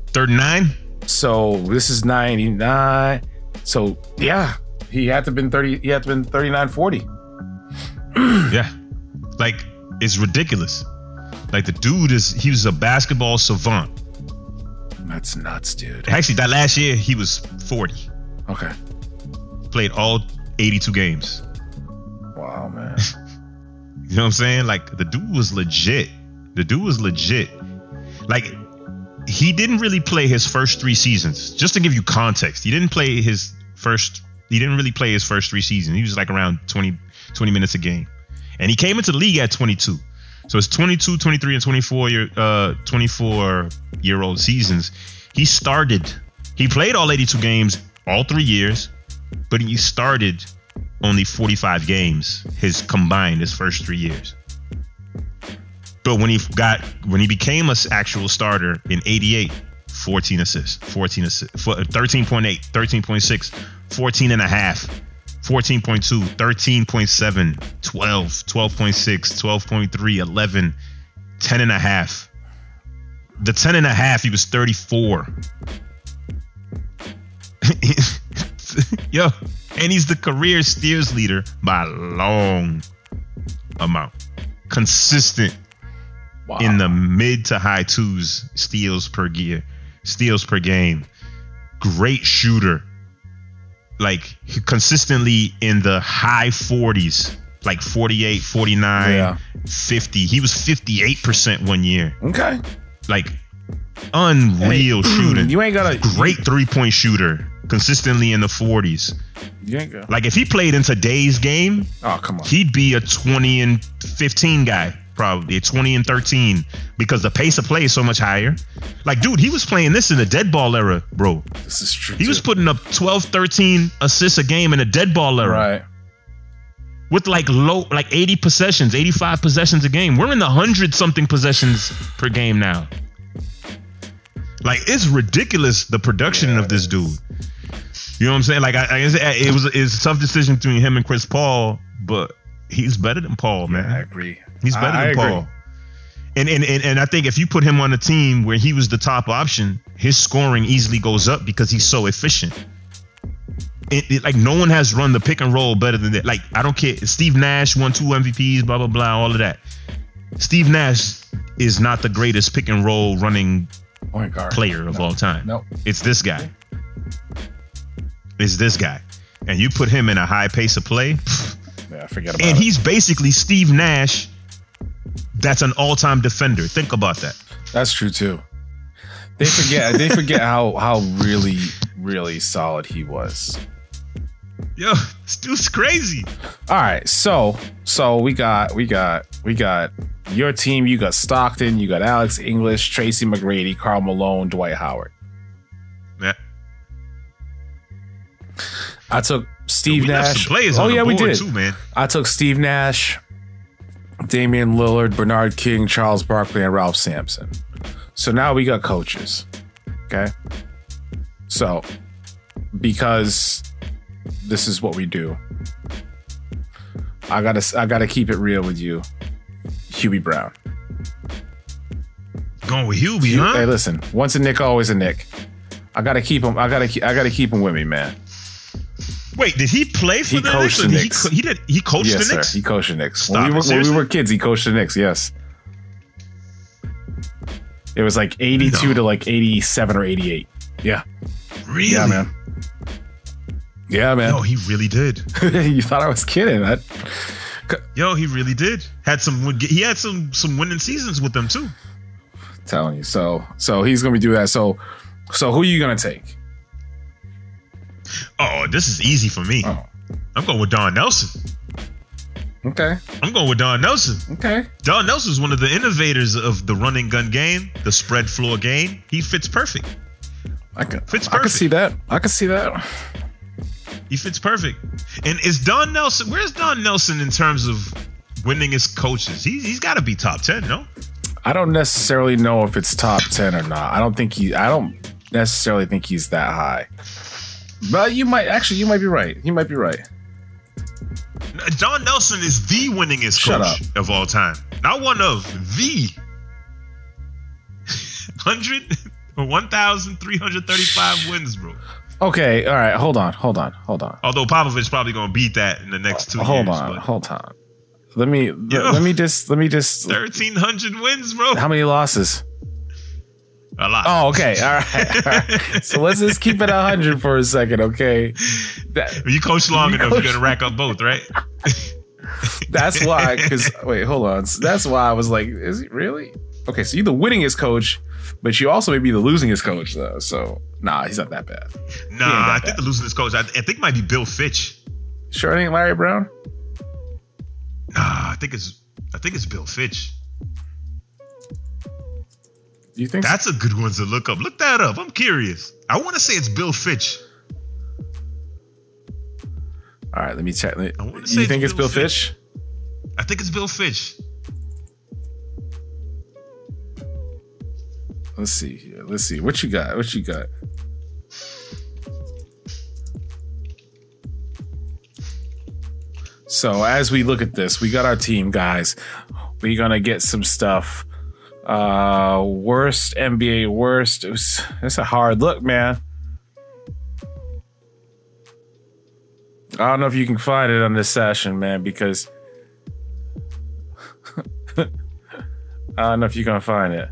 39?
So this is 99. So yeah, he had to been 30, he had to been 39, 40. Hmm.
Yeah. Like, it's ridiculous. Like, the dude is, he was a basketball savant.
That's nuts, dude.
Actually, that last year, he was 40.
Okay.
Played all 82 games.
Wow, man.
You know what I'm saying? Like the dude was legit. The dude was legit. Like he didn't really play his first three seasons. Just to give you context, he didn't play his first. He didn't really play his first three seasons. He was like around 20, 20 minutes a game, and he came into the league at 22. So it's 22, 23, and 24 year, uh, 24 year old seasons. He started. He played all 82 games all three years, but he started only 45 games his combined his first three years but when he got when he became a s- actual starter in 88 14 assists 14 assists fo- uh, 13.8 13.6 14 and a half 14.2 13.7 12 12.6 12.3 11 10 and a half the 10 and a half he was 34 <laughs> yo and he's the career steers leader by a long amount consistent
Wow.
in the mid to high twos steals per gear, steals per game. Great shooter. Like he- consistently in the high 40s, like 48, 49,
Yeah.
50. He was 58% one year.
okay.
Like unreal shooting.
mm, You ain't gotta
Great three point shooter. Consistently in the 40s.
You ain't gotta.
Like if he played in today's game,
Oh come on.
he'd be a 20 and 15 guy probably a 20 and 13 because the pace of play is so much higher like dude he was playing this in the dead ball era bro
This is true.
he was
too.
putting up 12 13 assists a game in a dead ball era
right.
with like low like 80 possessions 85 possessions a game we're in the 100 something possessions per game now like it's ridiculous the production of this dude you know what i'm saying like i, I it was it's a tough decision between him and chris paul but he's better than paul man
I agree.
He's better
I-
than
I agree.
Paul. And, and and and I think if you put him on a team where he was the top option, his scoring easily goes up because he's so efficient. It, it- like no one has run the pick and roll better than that. Like I don't care. Steve Nash won two MVPs, blah blah blah, all of that. Steve Nash is not the greatest pick and roll running
Point guard.
player of all time.
Nope.
It's this guy. is this guy. And you put him in a high pace of play,
Yeah, forget about
and
it.
he's basically Steve Nash. That's an all-time defender. Think about that.
That's true too. They forget. they forget how how really really solid he was.
Yo, this dude's crazy.
All right, so so we got we got we got your team. You got Stockton. You got Alex English, Tracy McGrady, Carl Malone, Dwight Howard.
Yeah.
I took Steve
we left
Nash.
some players
oh
on
yeah,
the
we
board
did.
too, man.
I took Steve Nash, Damian Lillard, Bernard King, Charles Barkley, and Ralph Sampson. So now we got coaches. Okay. So because this is what we do, I gotta I gotta keep it real with you, Hubie Brown.
Going with Hubie, huh?
Hey, listen, once a Nick, always a Nick. I gotta keep him. I gotta keep, I gotta keep him with me, man.
Wait, did he play for
He
the
coached
Knicks? Or
the
did he,
Knicks.
co- he did. He coached
yes,
the Knicks.
sir. He coached the Knicks.
Stop
when, we were,
it,
when we
seriously?
were kids, he coached the Knicks. Yes. It was like 82
No.
to like 87 or 88. Yeah.
really?
Yeah, man. Yeah, man.
Yo, he really
<laughs>
did.
you thought I was kidding. I,
Yo, he really did. Had some. win- He had some some winning seasons with them too.
telling you. So, so he's going to do that. So, so who you going to take?
Oh, this is easy for me.
Oh,
I'm going with Don Nelson.
okay.
I'm going with Don Nelson.
Okay.
Don Nelson is one of the innovators of the run and gun game, the spread floor game. He fits perfect.
I can,
Fits
I can
perfect.
see that. I can see that.
He fits perfect. And is Don Nelson? Where's Don Nelson in terms of winning his coaches? He, he's got to be top ten, no?
I don't necessarily know if it's top 10 or not. I don't think he I don't necessarily think he's that high. But you might actually you might be right. You might be right.
Don Nelson is the winningest
Shut
coach of all time. Not one of the <laughs> hundred or one thousand three hundred thirty-five wins, bro.
Okay, all right. Hold on. Hold on. Hold on.
Although Popovich probably gonna beat that in the next two
hold
years.
on. Hold on. Let me
Yeah.
let me just let me just
Thirteen hundred wins, bro.
How many losses?
A lot.
Oh,
<laughs>
okay. All right. All right. so let's just keep it 100 for a second, okay? That,
You coach long
You
enough,
coach-
you're gonna rack up
<laughs>
both, right?
that's why cuz wait, hold on. That's why I was like, is he really? Okay, so you're the winningest coach, but you also may be the losingest coach though. So, nah, he's not that bad.
Nah, I
that
think
bad.
the losing this coach. I, I think it might be Bill Fitch.
Sure, it ain't Larry Brown.
Nah, I think it's I think it's Bill Fitch.
You think?
That's a good one to look up. Look that up. I'm curious. I want to say it's Bill Fitch.
so? All right, let me check. Let-
I wanna say
you
it's
think it's
Bill
Bill Fish?
I think it's Bill Fitch.
Let's see here. Let's see what you got. What you got? So as we look at this, we got our team, guys. We're gonna get some stuff. Uh, worst NBA worst. It was, that's a hard look, man. I don't know if you can find it on this session, man, because <laughs> I don't know if you're gonna find it.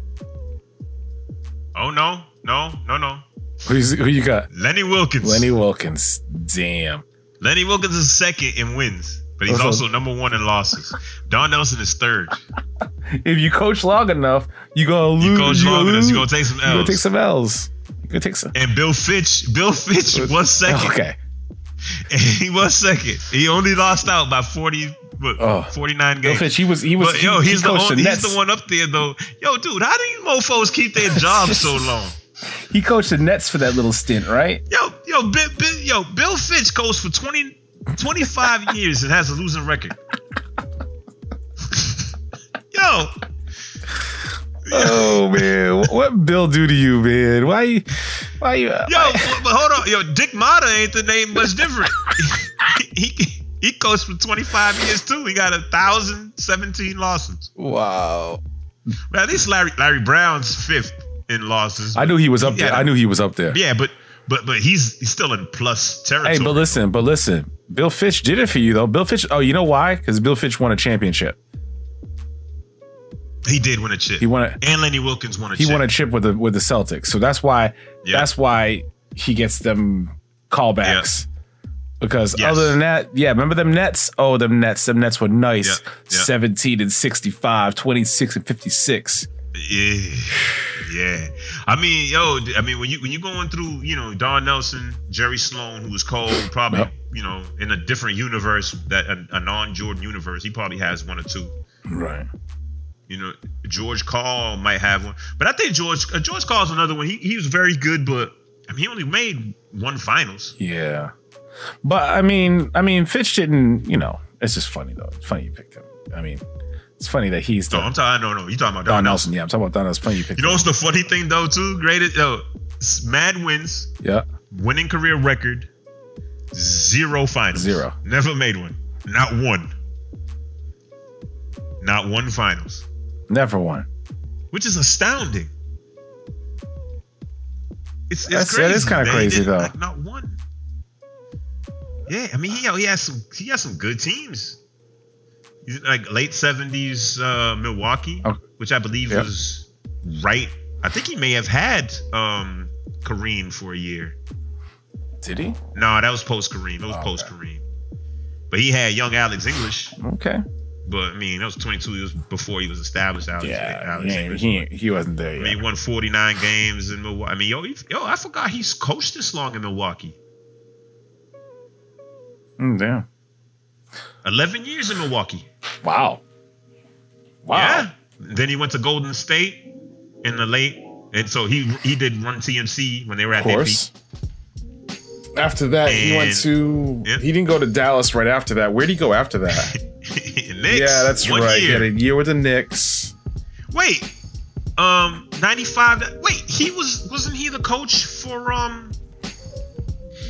Oh no, no, no, no.
Who's, who you got?
Lenny Wilkins.
Lenny
Lenny,
Wilkins. Damn.
Wilkins is second in wins, but he's
Also-
also number one in losses. Don Nelson is third.
If you coach long enough, <laughs> you gonna lose.
You coach long enough,
lose.
you gonna take some
You gonna
L's.
take some L's. You gonna take some. Oh,
and Bill Fitch,
<laughs>
Bill Fitch was second.
Okay.
<laughs> he was second. He only lost out by 40, what,
Oh.
49
Bill
games.
Fitch, he was. He was.
But yo,
he,
he's
he
the
coached
only,
the
he's
Nets.
the one up there though. Yo, dude, how do you mofo's keep their
<laughs>
jobs so long?
He coached the Nets for that little stint, right?
Yo, yo, Bi- Bi- yo, Bill Fitch goes for 20, 25 years and has a losing record. <laughs> yo,
<laughs> Oh man, What- what Bill do to you, man? Why? You, why you?
yo, but hold on, yo, Dick Motta ain't the name much different. <laughs> he, he he coached for 25 years too. He got a thousand seventeen losses.
Wow.
Man, at least Larry Larry Brown's fifth in losses.
I knew he was up there.
Yeah.
I knew he was up there.
yeah, but but but he's he's still in plus territory.
Hey, but listen, but listen. Bill Fitch did it for you though. Bill Fitch. Oh, you know why? Because Bill Fitch won a championship.
He did win a chip.
He won a.
and Lenny Wilkins won a
he
chip.
won a chip with the with the Celtics. So that's why
Yeah.
that's why he gets them callbacks. Because
Yes.
other than that, yeah, remember them Nets? Oh, them Nets. Them Nets were nice.
Yeah, yeah.
17 and 65, 26 and 56.
Yeah, yeah. I mean, yo, I mean, when you when you going through, you know, Don Nelson, Jerry Sloan, who was cold, probably,
Yep.
you know, in a different universe, that a, a non-Jordan universe, he probably has one or two.
Right.
You know, George Call might have one, but I think George uh, George Call's another one. He he was very good, but I mean, he only made one finals.
Yeah. But I mean, I mean, Fitch didn't, you know, it's just funny though. It's funny you picked him. I mean, it's funny that he's
No,
the,
I'm talking. No, no, you talking about
Don
Don, Nelson.
Nelson. Yeah, I'm talking about Don Nelson. Funny you picked
You know what's the funny thing though, too? Greatest, yo, s- mad wins,
him. Yeah.
winning career record, zero finals.
Zero.
Never made one. Not one. Not one finals,
Never won.
which is astounding. It's, it's
That's-
crazy.
that is kinda
man. He
crazy,
didn't-
though.
Like, not one. Yeah, I mean he he has some he has some good teams. He's Like late seventies uh, Milwaukee,
Okay.
which I believe
Yeah.
was right. I think he may have had um, Kareem for a year.
Did he?
No, that was post Kareem. That was
Okay.
post Kareem. But he had young Alex English.
Okay.
But I mean, that was 22 years before he was established. Alex,
Yeah.
Alex
He, ain't-
English.
he, ain't- he wasn't there
I
yet.
mean, he won 49 games in Milwaukee. I mean, yo, he, yo, I forgot he's coached this long in Milwaukee.
Mm, damn.
11 years in Milwaukee.
Wow. Wow.
Yeah. Then he went to Golden State in the late, and so he he did run TMC when they were
Of
at their peak.
course.
<laughs>
After that, he went
And-
to.
Yep.
He didn't go to Dallas right after that. Where'd he go after that?
Knicks,
yeah, that's
one
right. He
year.
had a year with the Knicks.
Wait, um, ninety five. Wait, he was wasn't he the coach for um?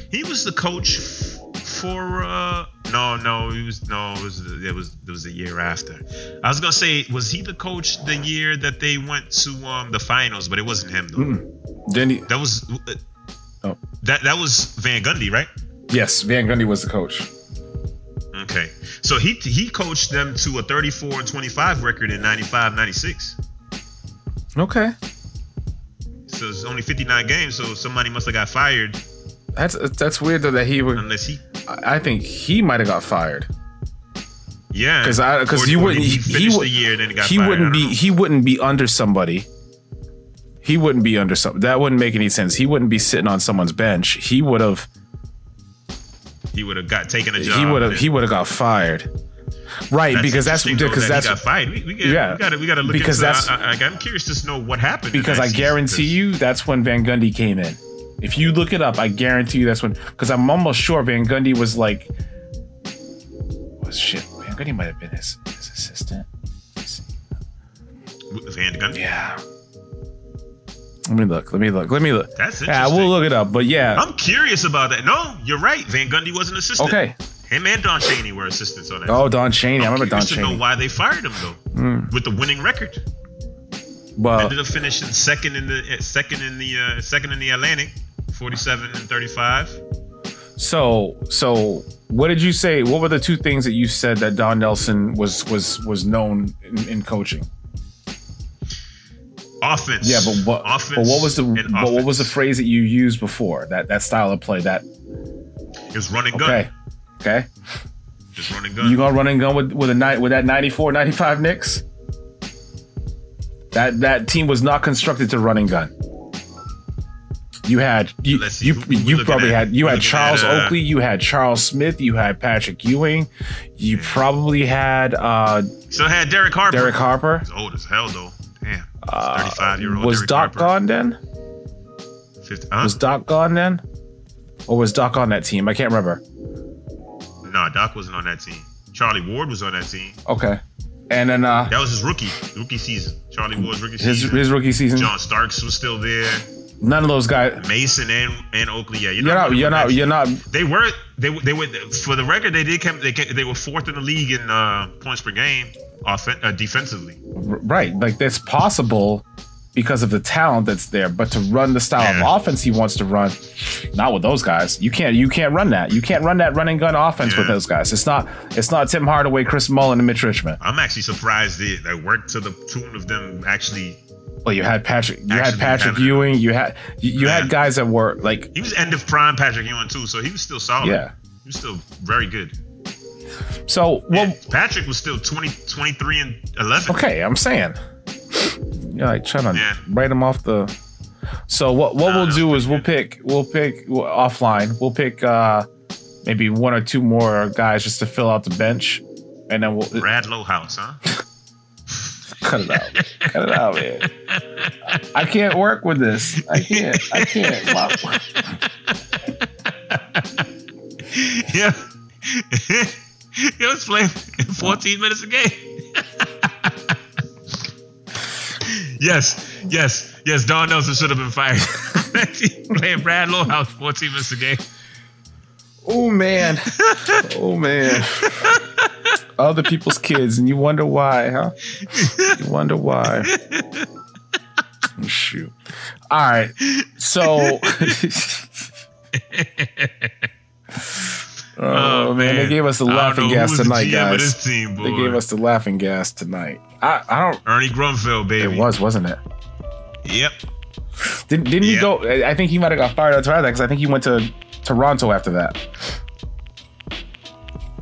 He was the coach f- for uh. No, no, he was no. It was it was it was a year after. I was gonna say, was he the coach the year that they went to um the finals? But it wasn't him though.
Then he,
That was. Uh,
Oh.
That that was Van Gundy, right?
yes, Van Gundy was the coach.
Okay. So he he coached them to a 34 and 25 record in 95 96.
Okay,
So it's only 59 games, so somebody must have got fired
that's that's weird though that he would.
unless he
I I think he might have got fired.
Yeah,
'Cause I- 'cause
Or-
you
or
wouldn't-
He,
he- he
finished
would-
the year, then he got
he
fired. I
wouldn't
don't
be.
know.
He wouldn't be under somebody. He wouldn't be under some. That wouldn't make any sense. He wouldn't be sitting on someone's bench. He would have.
He would have got taken a job.
He would have.
and
He would have got fired. Right, because that's
interesting, though,
because
that
that's
he got fired. We, we,
yeah,
got to we got to look
because
into
that's-
I, I, I'm curious to know what happened in
because
that
I
season,
guarantee you that's when Van Gundy came in. If you look it up, I guarantee you that's when because I'm almost sure Van Gundy was like oh, shit. Van Gundy might have been his, his assistant.
because Van Gundy.
Yeah. Let me look. Let me look. Let me look.
That's
Yeah,
interesting.
we'll look it up. But yeah.
I'm curious about that. No, you're right. Van Gundy was an assistant.
Okay.
Him and Don Chaney were assistants on that.
Oh, Don Chaney. I
I'm
remember Don Hmm.
curious to know
Chaney.
why they fired him though, with the winning record.
Well,
Ended up finishing second in the eh, second in the uh, second in the Atlantic, 47 and 35.
so so what did you say? What were the two things that you said that Don Nelson was was was known in, in coaching?
Offense.
Yeah, but what?
Offense
but what was the?
and
But what was the
offense.
phrase that you used before that that style of play? That
It's running gun.
okay, okay.
Just running
You
gun.
gonna run and gun with with a night with that 94, 95 Knicks? That that team was not constructed to run and gun. You had you
Let's see,
you,
who- who we
you
looking
probably
at?
had you
We
had
looking
Charles
at, uh,
Oakley, you had Charles Smith, you had Patrick Ewing, you
Mm.
probably had uh,
Still had Derek Harper.
Derek Harper.
He's old as hell though. Damn.
Uh,
35 year old.
was
Derek
Doc
Harper.
gone then?
50, huh?
Was Doc gone then? Or was Doc on that team? I can't remember.
nah, Doc wasn't on that team. Charlie Ward was on that team.
Okay. And then uh
That was his rookie rookie season. Charlie Ward's rookie
his
season.
his rookie season,
John Starks was still there.
none of those guys.
Mason and and Oakley. Yeah,
You're not. You're not. You're not.
They were. They were- they were for the record. They did come. They came, they were fourth in the league in uh, points per game. Offen- uh, defensively.
Right. Like that's possible because of the talent that's there, but to run the style
Yeah.
of offense he wants to run, not with those guys. You can't. You can't run that. You can't run that run and gun offense with
Yeah.
those guys. It's not. It's not Tim Hardaway, Chris Mullen, and Mitch Richmond.
I'm actually surprised they, they worked to the tune of them actually
Well, you had Patrick. You had
Actually,
Patrick
kinda.
Ewing. You had you, you
Yeah.
had guys that were like
He was end of prime Patrick Ewing too, so he was still solid.
Yeah.
He was still very good.
so. Well,
And Patrick was still 20, 23 and 11.
okay, I'm saying. You're like trying to
Yeah.
write them off the. So what what
Nah,
we'll do
that's
is we'll pick we'll pick we'll, offline. We'll pick uh maybe one or two more guys just to fill out the bench, and then we'll
Brad
<laughs>
Lowhouse, huh?
cut it out. cut it out,
<laughs>
man. I can't work with this. I can't. I can't.
<laughs>
Wow.
yeah. <laughs> he was playing 14 minutes a game. <laughs> yes, yes, yes. Don Nelson should have been fired. <laughs> playing Brad Lowhouse 14 minutes a game.
Oh man. Oh man. Other people's kids, and you wonder why, huh? You wonder why. Oh, Shoot. All right. So. <laughs> oh, man. They gave us the
I don't
laughing
know
gas
who's the
tonight,
GM of
guys.
this team, boy.
They gave us the laughing gas tonight. I, I don't.
Ernie Grunfeld, baby.
It was, wasn't it?
Yep.
Didn't, didn't he
Yeah.
go? I I think he might have got fired after that because I think he went to Toronto after that.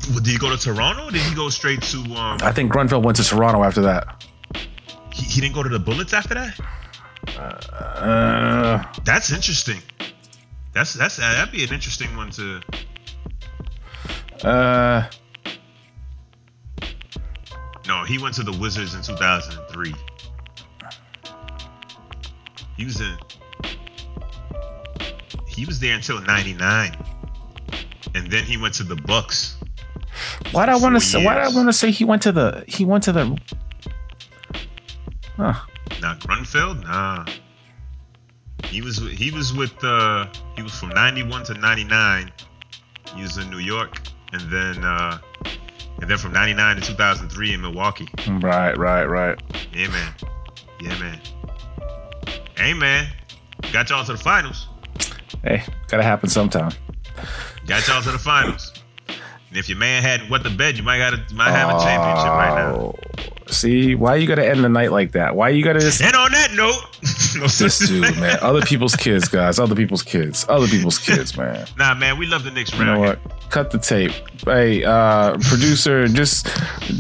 Well, Did he go to Toronto? Or did he go straight to? Um,
I think Grunfeld went to Toronto after that.
he, he didn't go to the Bullets after that.
Uh,
That's interesting. That's that's that'd be an interesting one to.
uh,
No, he went to the Wizards in 2003. He was in. He was there until '99, and then he went to the Bucks.
why do I want
Four
to say? Why do I
years.
want to say he went to the? He went to the. Huh.
Not Grunfeld, nah. He was with- he was with uh he was from '91 to '99. He was in New York, and then uh and then from '99 to 2003 in Milwaukee.
Right, right, right.
Yeah, man. Yeah, man. Hey, man. Got y'all to the finals.
Hey, gotta happen sometime.
Got y'all to the finals. And if your man hadn't wet the bed, you might got you might have a championship right now.
Oh, See, why you gotta end the night like that? Why you gotta just
And on that note, <laughs> no
this dude, man? Other people's kids, guys. Other people's kids. Other people's kids, man.
<laughs> Nah, man, we love the Knicks
You know
round.
what? Cut the tape. Hey, uh, producer, just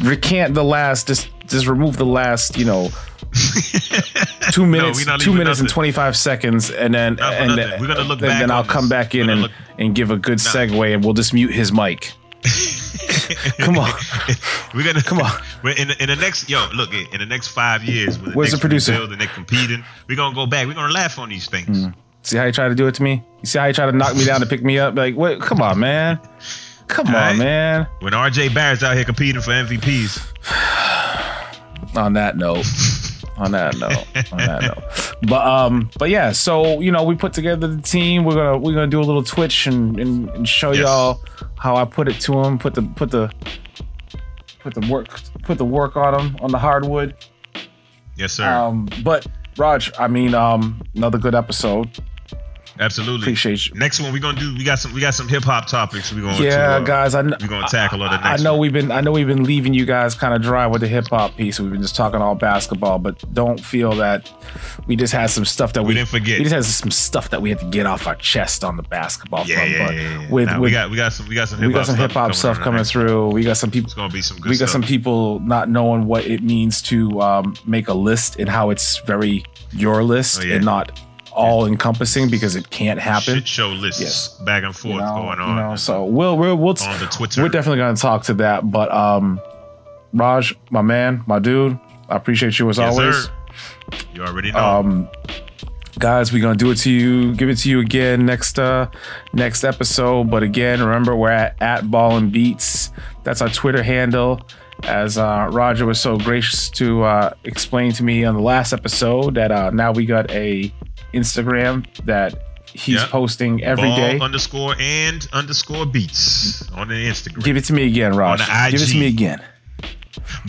recant the last. Just just remove the last. You
<laughs>
know, two
No,
minutes,
we not
two
leaving
minutes and
nothing.
twenty five seconds, and then
Not for
and,
nothing. We're gonna look
and
back
then
on
I'll
this.
come back
We're
in
gonna
and,
look-
and give a good segue, and we'll just mute his mic. <laughs> Come on,
<laughs> We're gonna
Come on.
We're in, the, in the next yo, look in the next five years when the
Where's the
Knicks
producer? Hmm.
rebuild and they're competing, we're gonna go back. We're gonna laugh on these things.
see how you try to do it to me? You see how you try to knock me down to pick me up? Like, what? Come on, man. Come on,
Alright.
man.
When RJ Barrett's out here competing for MVPs,
on that note on that note on that note but um but yeah so you know we put together the team we're gonna we're gonna do a little twitch and and, and show
Yes.
y'all how i put it to him put the put the put the work put the work on him on the hardwood
yes sir,
um but raj i mean um another good episode
absolutely.
appreciate you
Next one, we're gonna do. We got some. We got some hip hop topics. We're going.
yeah
to, uh,
guys i kn-
We're gonna tackle on the
I
next.
know
one.
we've been I know we've been leaving you guys kind of dry with the hip hop piece. We've been just talking all basketball, but don't feel that we just had some stuff that we,
We didn't forget.
We just had some stuff that we had to get off our chest on the basketball
Yeah,
front.
yeah,
but
yeah, yeah.
with
Nah,
with
we got we got some we got some
we
hip hop
got some hip hop stuff coming
It's
through. We got some people.
gonna be some good.
We got
stuff.
some people not knowing what it means to um, make a list and how it's very your list
Oh, yeah.
and not all encompassing because it can't happen.
shit show lists
Yes.
back and forth
you know,
going
you
on
know, so we'll we'll we'll
on the Twitter.
we're definitely going to talk to that. But um, Raj, my man, my dude, I appreciate you as
Yes,
always.
sir. You already know.
Um, guys, we're going to do it to you, give it to you again next uh next episode. But again, remember we're at at Ball and Beats. That's our Twitter handle. As uh, Roger was so gracious to uh, explain to me on the last episode that uh, now we got a Instagram that he's
Yep.
posting every
Ball
day.
underscore and underscore beats on the Instagram.
Give it to me again, Raj.
On the
Give it to
IG.
me again.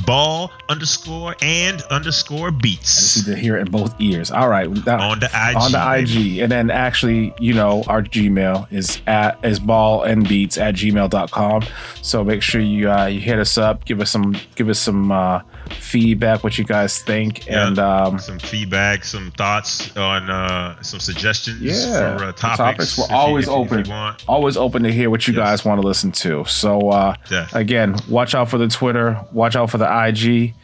Ball underscore and underscore
I just
beats
need to hear it in both ears. All right, that-
on the IG.
on the
baby.
IG. And then actually, you know, our Gmail is at is ball and beats at gmail.com. So make sure you uh, you hit us up, give us some give us some uh, feedback, what you guys think.
Yeah.
And um
Some feedback, some thoughts on uh, some suggestions
Yeah,
for uh,
for
topics.
topics. We're
if you-
always
if you- if you
open.
want.
always open to hear what you
Yes.
guys want to listen to. So uh
Yeah.
again, watch out for the Twitter, watch out for the IG,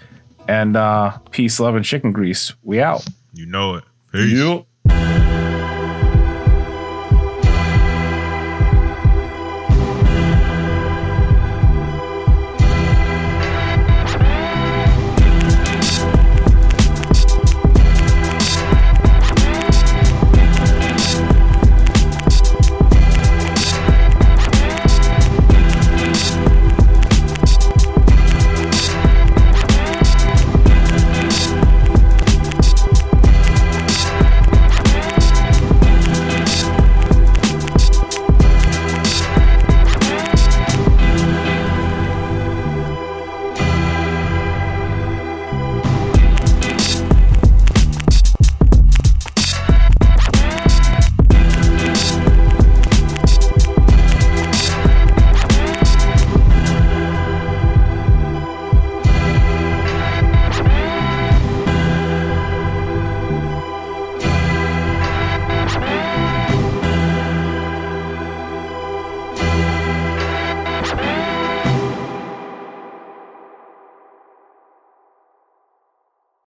and uh peace, love, and chicken grease. We out.
You know it. Peace.
You-